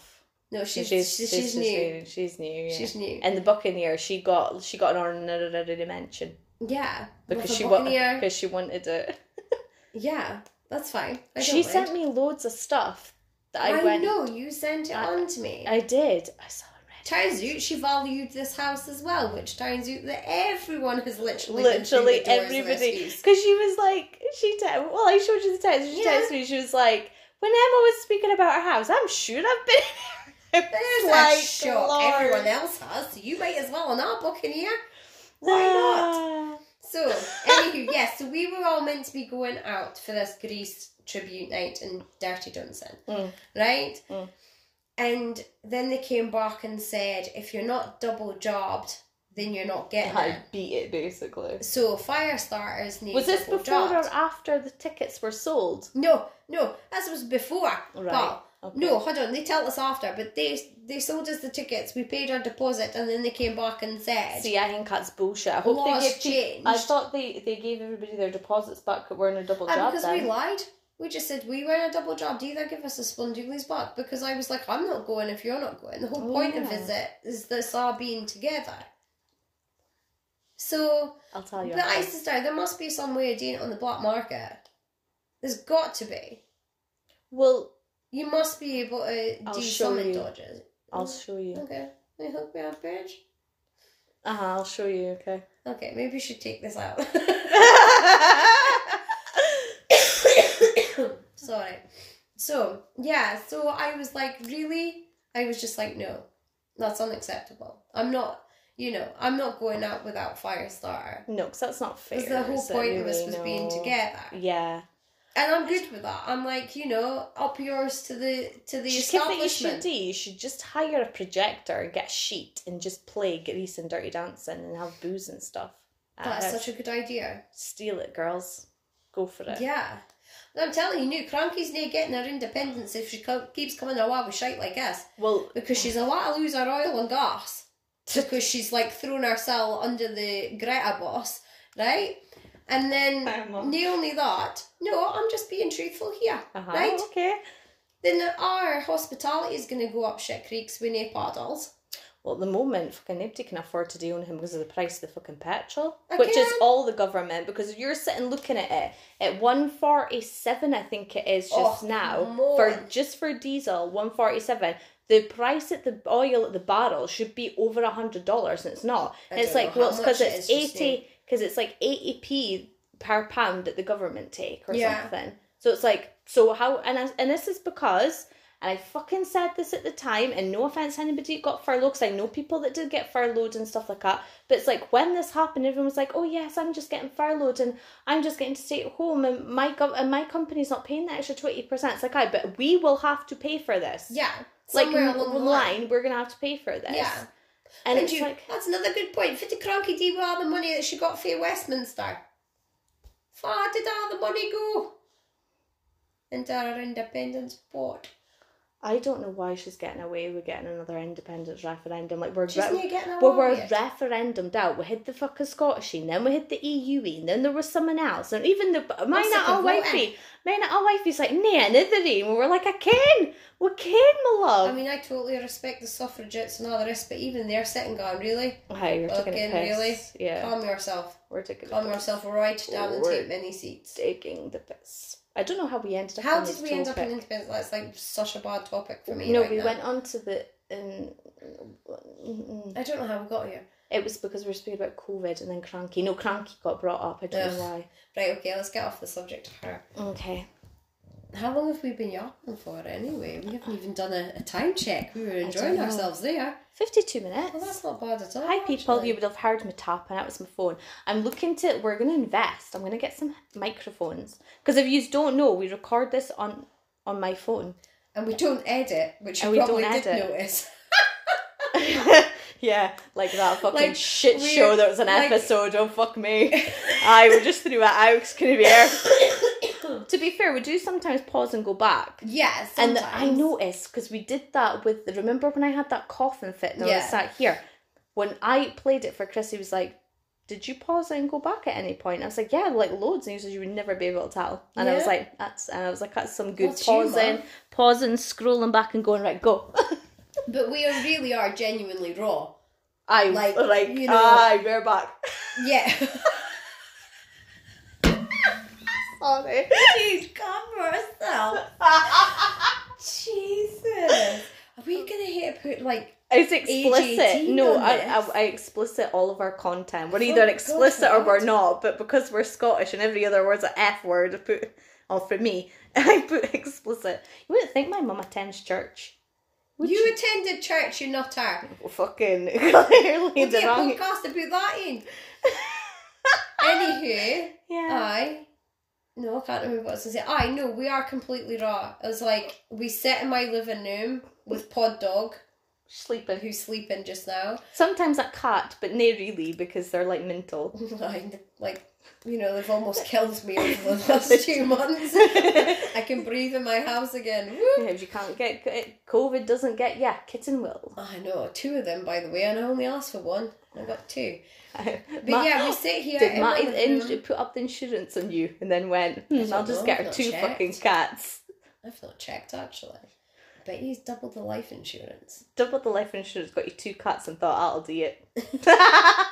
No, she's she's, she's, she's, she's, just new. She's new. Yeah. She's new. and the Buccaneer, she got she got an honorary mention yeah. because With a she Buccaneer. wanted because she wanted it. Yeah, that's fine. I She don't sent mind. me loads of stuff that I, I, went. know you sent it I- on to me. I did. I saw it. turns out she valued this house as well, which turns out that everyone has literally been through Literally the doors and everybody, rescues. because she was like, she te- well, I showed you the text. She Yeah. texted me. She was like, when Emma was speaking about her house, I'm sure I've been. there." I was There's like, a shop "Lord." everyone else has, so you might as well on our Buccaneer. Why not? Ah. So, anywho, yes, so we were all meant to be going out for this Greece tribute night in Dirty Johnson, Mm. right? Mm. And then they came back and said, if you're not double jobbed, then you're not getting I beat it basically. it. So, fire starters need Was this double before jobbed. or after the tickets were sold? No, no, this was before. Right. But Okay. no, hold on, they tell us after, but they they sold us the tickets, we paid our deposit, and then they came back and said, See, I think that's bullshit. I hope Laws they give changed. I thought they, they gave everybody their deposits back that were in a double Ah, job because then. we lied. We just said we were in a double job. Do either give us a spoon doolies back because I was like, I'm not going if you're not going. The whole Oh, point of yeah. visit is this all being together. So, I'll tell you. but I after. sister, there must be some way of doing it on the black market. There's got to be. well, You must be able to I'll do show some you. dodges. I'll show you. Okay, can you hook me up, bitch? Uh huh. I'll show you. Okay. Okay, maybe we should take this out. Sorry. So, I was just like, no, that's unacceptable. I'm not, you know, I'm not going out without Firestarter. No, because that's not fair. Because the whole is it, point of us really? was being No. together, Yeah. and I'm good with that. I'm like, you know, up yours to the to the Just think what you should establishment. do. You should just hire a projector and get a sheet and just play Grease and Dirty Dancing and have booze and stuff. Uh, at That's her house. such a good idea. Steal it, girls. Go for it. Yeah. And I'm telling you, no, Cranky's not getting her independence if she co- keeps coming away with shite like this. Well, Because she's a lot of loser oil and gas. Because she's like thrown herself under the Greta boss, right? And then, Fair enough. not only that, no, I'm just being truthful here. uh-huh, Right. okay. Then our hospitality is going to go up shit creeks with no paddles. Well, at the moment, fucking nobody can afford to deal on him because of the price of the fucking petrol, I which is can. all the government. Because you're sitting looking at it at one forty seven, I think it is just Oh, now for Lord. just for diesel one forty seven. The price at the oil at the barrel should be over a hundred dollars, and it's not. I And it's don't like know well, how it's because much it it's is just eighty, because it's like eighty p per pound that the government take or Yeah. something. So it's like so how and I, and this is because and I fucking said this at the time, and no offense to anybody who got furloughed, because I know people that did get furloughed and stuff like that. But it's like when this happened, everyone was like, "Oh yes, I'm just getting furloughed, and I'm just getting to stay at home, and my gov- and my company's not paying the extra twenty percent." It's like, "I, but we will have to pay for this. Yeah. like somewhere along the line, we're gonna have to pay for this. Yeah. and, And it's you, like, that's another good point. Fit the Cranky D where all the money that she got for Westminster. Far did all the money go? Into our independence pot. I don't know why she's getting away with getting another independence referendum. Like we're She's re- not getting away Well, we're with it. referendumed out. We hit the fucking Scottish and then we hit the EU and then there was someone else. And even the mine sick at our of wifey, mine at our wifey's like, nah, another And we were like, I can, we can, my love. I mean, I totally respect the suffragettes and all the rest, but even they're sitting going, really? Hi, you're taking a Fucking piss. really? Yeah, Calm yourself. we're taking Calm the piss. yourself right down and Right. take many seats. Taking the piss. I don't know how we ended up. How on did this we end up in topic. independence? That's like such a bad topic for me. No, right we now. went on to the. Um, I don't know how we got here. it was because we were speaking about COVID and then Cranky. No, Cranky got brought up. I don't know why. Right, okay, let's get off the subject of her. Okay. How long have we been yapping for anyway? We haven't even done a, a time check. We were enjoying know. ourselves there. 52 minutes. Well, that's not bad at all. Hi people, actually. you would have heard me tapping out with my phone. I'm looking to we're gonna invest. I'm gonna get some microphones. Because if you don't know, we record this on on my phone. And we don't edit, which you And we probably don't did edit. notice. yeah, like that fucking Like, shit we're- show that was an like- episode, oh fuck me. I we just threw it out it's gonna be air. to be fair, we do sometimes pause and go back. yeah, And I sometimes. noticed because we did that with the remember when I had that coffin fit and I Yeah. was sat here. When I played it for Chris, he was like, "Did you pause and go back at any point?" I was like, "Yeah, like loads." And he says, "You would never be able to tell." And I was Yeah. like, "That's," and I was like, "That's some good That's humour. pausing, pausing, scrolling back, and going right, go." But we are, really are genuinely raw. I like, Like, like, you know- aye, we're back. Yeah. Sorry. Dude, come for yourself. Jesus. Are we going to hit put like. It's explicit. AJT no, on I, this. I, I explicit all of our content. We're Oh, either God, explicit or we're what? not, but because we're Scottish and every other word's an F word, I put, oh, for me, I put explicit. You wouldn't think my mum attends church. Would you attended church, you nutter. Well, fucking clearly We'll the get a wrong. podcast to put that in. Anywho. Yeah. I no, I can't remember what I was gonna say. I no, we are completely raw. It was like we sit in my living room with Pod Dog, Sleeping. who's sleeping just now, Sometimes a cat, but nay really because they're like mental. and like you know they've almost killed me over the last two months. I can breathe in my house again. Woo! If you can't get COVID, doesn't get yeah, kitten will. I know two of them by the way, and I only asked for one. I got two, but Ma- yeah, we sit here. Did in my Matty living ins- room. put up the insurance on you and then went, I hmm, don't I'll just know, get her not two checked. fucking cats. I've not checked actually. but he's doubled the life insurance. Double the life insurance, got you two cats and thought, I'll do it. I'll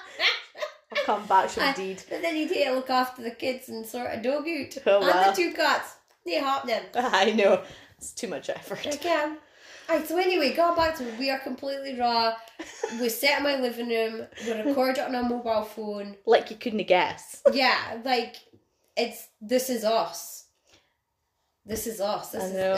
come back, she I- indeed. But then he'd to look after the kids and sort of dog out. Oh, and wow. the two cats. They happening. I know, it's too much effort. Okay. Right, so anyway, going back to we are completely raw. We sit in my living room. We record it on our mobile phone. Like you couldn't guess. Yeah, like it's this is us. This is us. This I is know.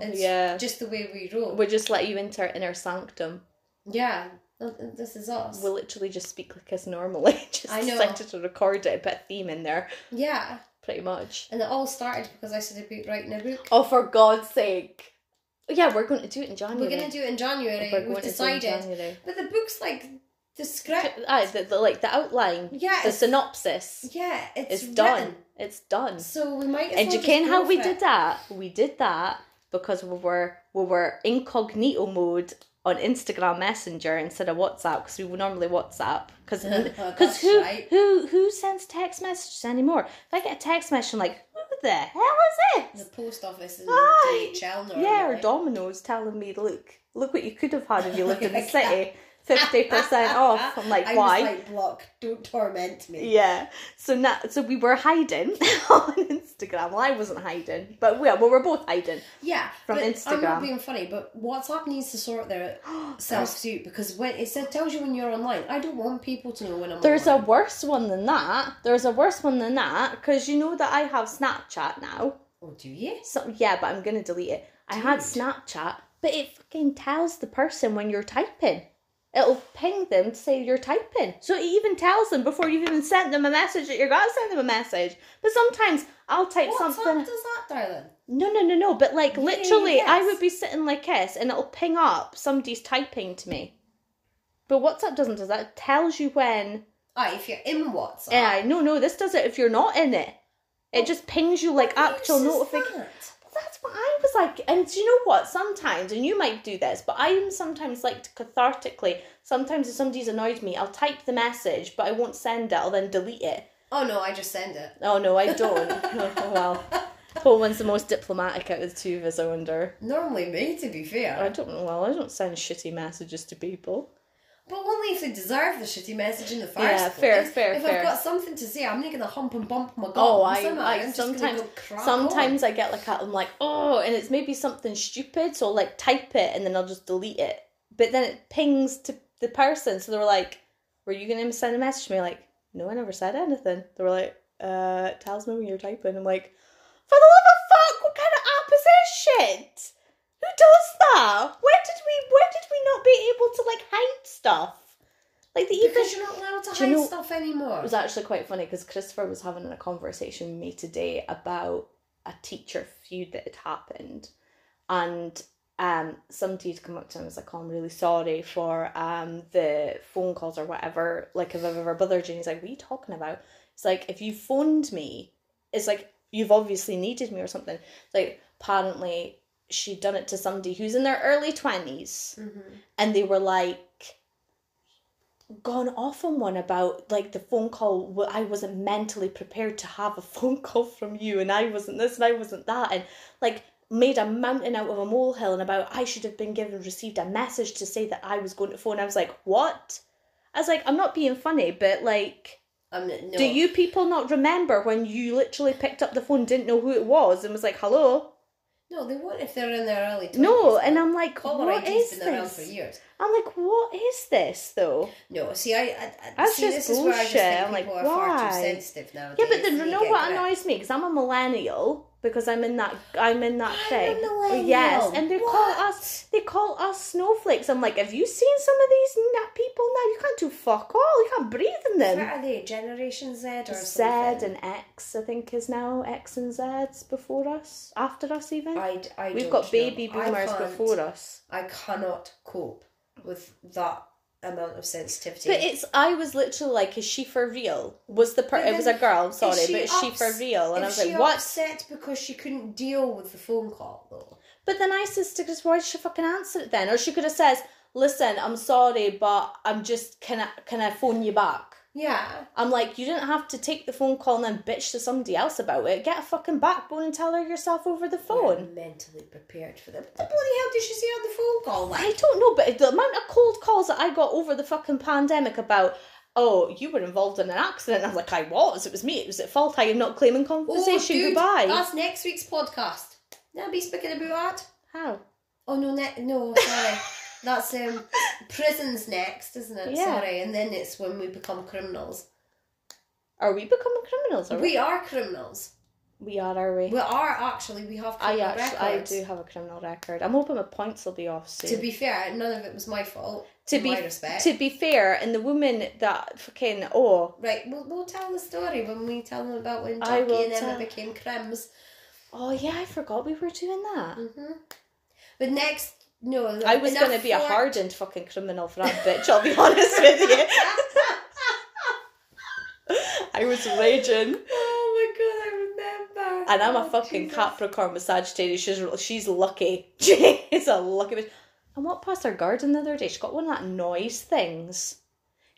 Isn't it? It's yeah. just the way we roll. We just let you into our inner sanctum. yeah. th- th- This is us. We'll literally just speak like us normally. just I know. decided to record it, put a theme in there, yeah. pretty much. And it all started because I started be- writing a book. Oh, for God's sake. Yeah, we're going to do it in January. We're going to do it in January. We're going to We've do it in decided. January. But the book's like the script. Aye, the, the, like the outline, Yeah. the It's, synopsis. yeah. It's, It's, done. written. It's done. So we might. As And well you just can go how we for did it. that. We did that because we were we were incognito mode on Instagram Messenger instead of WhatsApp because we would normally WhatsApp because Oh, because that's who right. who who sends text messages anymore? If I get a text message, I'm like, who the hell is The this? post office and Aye. DHL normally. Yeah, or Domino's telling me, look, look what you could have had if you lived in the Like city, fifty percent off. I'm like, I why? was like, block, don't torment me. Yeah. So now, so we were hiding on Instagram. Well, I wasn't hiding, but we, well, we were both hiding. Yeah, From but I'm Instagram. not being funny, but WhatsApp needs to sort their selves out because when it said tells you when you're online, I don't want people to know when I'm. There's a online. worse one than that. There's a worse one than that because you know that I have Snapchat now. Oh, do you? So yeah, but I'm gonna delete it. I had Dude. Snapchat, but it fucking tells the person when you're typing. It'll ping them to say you're typing. So it even tells them before you've even sent them a message that you're gonna send them a message. But sometimes I'll type WhatsApp something. does that, darling. No, no, no, no. But like Yeah, literally, I yes. would be sitting like this, and it'll ping up somebody's typing to me. But WhatsApp doesn't do that. It tells you when. Ah, if you're in WhatsApp. Uh, no, no, this does it if you're not in it. It just pings you like What actual use is notification. that? That's what I was like. And do you know what? Sometimes, and you might do this, but I am sometimes like to cathartically. Sometimes if somebody's annoyed me, I'll type the message, but I won't send it. I'll then delete it. Oh no, I just send it. Oh no, I don't. oh, well, Coleman's the most diplomatic out of the two of us. I wonder. Normally me, to be fair, I don't know. Well, I don't send shitty messages to people. but only if they deserve the shitty message in the first Yeah, place. fair, fair, If fair. I've got something to say, I'm not gonna hump and bump my gums. Oh, I, am I I'm just gonna sometimes go crack sometimes I get like a- I'm like oh, and it's maybe something stupid, so I'll like type it and then I'll just delete it. But then it pings to the person, so they were like, "Were you gonna send a message to me?" Like, no, I never said anything. They were like, "Uh, it tells me when you're typing." I'm like, for the love of fuck, what kind of app is this shit? Who does that? Where did we? Where did we not be able to like hide stuff? Like the on. even because you're not allowed to Do hide you know- stuff anymore. it was actually quite funny because Christopher was having a conversation with me today about a teacher feud that had happened, and um, somebody had come up to him and was like, oh, "I'm really sorry for um the phone calls or whatever, like if I've ever bothered you." And he's like, "What are you talking about?" It's like if you phoned me, it's like you've obviously needed me or something. It's like apparently she'd done it to somebody who's in their early twenties Mhm. and they were like gone off on one about like the phone call wh- I wasn't mentally prepared to have a phone call from you and I wasn't this and I wasn't that and like made a mountain out of a molehill and about I should have been given received a message to say that I was going to phone I was like what I was like I'm not being funny but like I'm no. do you people not remember when you literally picked up the phone didn't know who it was and was like hello No, they won't if they're in their early 20s. no and I'm like Caller what ID's is been around for this years. I'm like what is this though No, see, I, I, I That's see, just this is where I just bullshit. think I'm like, people are far too why? sensitive nowadays. Yeah, but then and you they know get what gripped. annoys me? Because I'm a millennial. Because I'm in that, I'm in that I'm thing. a Oh, millennial. yes, and they What? call us, they call us snowflakes. I'm like, have you seen some of these na- people now? You can't do fuck all. You can't breathe in What them. are they? Generation Z or Z something? and X, I think, is now X and Z's before us, after us even. I, d- I We've don't got baby know. I boomers can't- before us. I cannot cope with that amount of sensitivity. But it's, I was literally like, is she for real? Was the per- But it was a then girl? I'm sorry, she but is she for ups- real? And I If was like, she what? upset because she couldn't deal with the phone call, though. But then I says to Chris, why did she fucking answer it then? Or she could have says, "Listen, I'm sorry, but I'm just can I can I phone you back?" Yeah. I'm like, you didn't have to take the phone call and then bitch to somebody else about it. Get a fucking backbone and tell her yourself over the phone. We're mentally prepared for that. What the bloody hell did she say on the phone call? Like, I don't know, but the amount of cold calls that I got over the fucking pandemic about. Oh, you were involved in an accident. I was like, I was. It was me. It was at fault. I am not claiming compensation. Oh, dude, Goodbye. That's next week's podcast. Now be speaking about that. How? Oh no, ne- no, sorry. That's um, prisons next, isn't it? Yeah. Sorry, and then it's when we become criminals. Are we becoming criminals? Are we? We are criminals. We are, are we? We are actually. We have I criminal actually, I records. do have a criminal record. I'm hoping my points will be off soon. To be fair, none of it was my fault. to in be my respect. to be fair, and the woman that fucking oh Right, we'll, we'll tell the story when we tell them about when I will Jackie and Emma tell. became crims. oh yeah, I forgot we were doing that. hmm But next, no, I was enough going to be a for- hardened fucking criminal for that bitch. I'll be honest with you. I was raging, oh my god, I remember. and I'm Oh, a fucking Jesus. Capricorn with Sagittarius. She's she's lucky. She's a lucky bitch. I walked past her garden the other day. She got one of that noise things.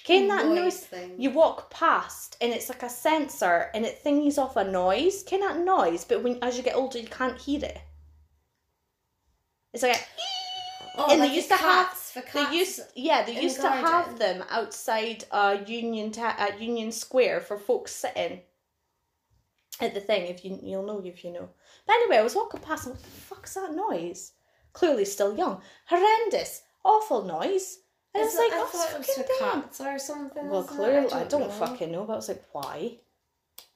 Can that noise thing. you walk past and it's like a sensor and it thingies off a noise kind of noise but when as you get older you can't hear it it's like oh, and they like used the to have- cats, for they cats. used yeah they in used to garden. have them outside uh union ta- at union square for folks sitting at the thing if you you'll know if you know but anyway i was walking past and what the fuck's that noise clearly still young horrendous awful noise and it's I like thought- I oh, thought it was for fucking damn. cats or something. well isn't it? clearly i don't, know. fucking know but i was like why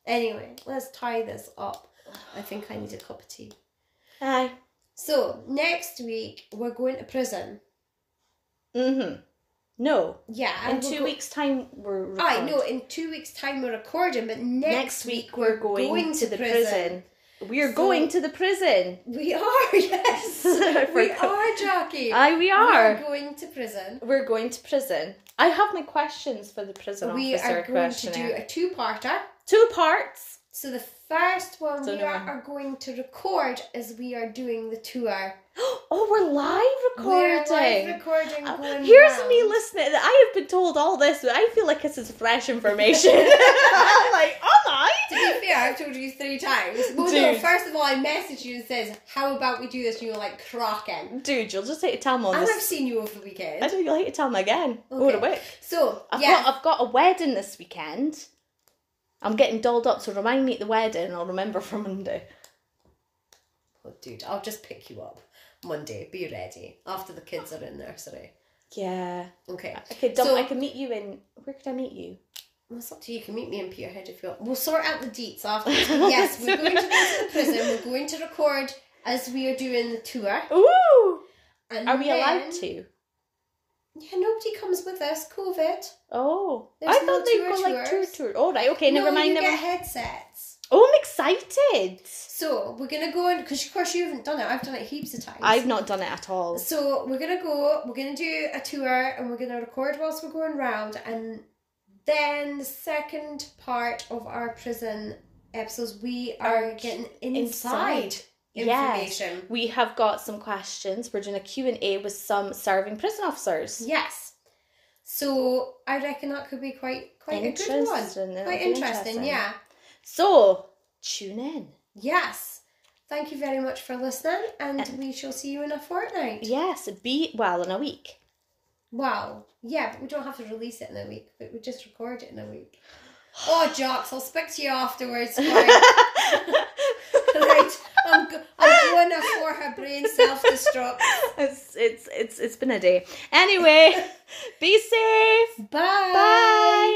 Anyway, let's tie this up. I think I need a cup of tea. aye So next week we're going to prison. Mm-hmm. No. Yeah, In and we'll two go- weeks' time, we're. I recording. know. In two weeks' time we're recording, but Next next, week, we're going, to the prison. We are So- going to the prison. We are yes, I we forgot. are Jackie. Aye, we We are are. going to prison. We're going to prison. I have my questions for the prison We officer are going to do questionnaire. a two-parter. Two parts. So the first one Don't we know are, when. are going to record is we are doing the tour. Oh, we're live We're recording. live recording. Uh, going Here's round. me listening. I have been told all this, but I feel like this is fresh information. I'm like, am I? To be fair, I've told you three times. Well, no, Dude. first of all, I messaged you and says, "How about we do this?" And you were like, "Cracking." Dude, you'll just hate to tell them on And I've this. seen you over the I weekend. don't you'll hate to tell them again. Oh, Okay. the wick. So I've yeah, got I've got a wedding this weekend. I'm getting dolled up, so remind me at the wedding. I'll remember for Monday. Oh, dude, I'll just pick you up Monday. Be ready after the kids are in nursery. Yeah. Okay. I could dump, So- I could meet you in. Where could I meet you? Well, it's up to you. You can meet me in Peterhead if you want. We'll sort out the deets after. yes, we're going to go to the prison. We're going to record as we are doing the tour. Ooh. And Are we allowed then- to? Yeah, nobody comes with us. COVID. Oh, There's I no thought they'd go tour like tour tours. tour. Oh right, okay, no, never mind. You Never. get headsets. Oh, I'm excited. So we're gonna go in because of course you haven't done it. I've done it heaps of times. I've not done it at all. So we're gonna go. We're gonna do a tour, and we're gonna record whilst we're going round, and then the second part of our prison episodes, we are Are getting inside, Yes. information. We have got some questions. We're doing a Q and A with some serving prison officers. Yes. So I reckon that could be quite quite a good one. Interesting, it'll Quite be interesting, interesting. yeah. So tune in. Yes. Thank you very much for listening, and Uh, we shall see you in a fortnight. Yes, be well in a week. Wow. Yeah, but we don't have to release it in a week, but we just record it in a week. Oh, Jocks, I'll speak to you afterwards. Right, right. I'm, go- I'm going for her brain self destruct. it's it's it's it's been a day. Anyway, be safe. Bye. Bye.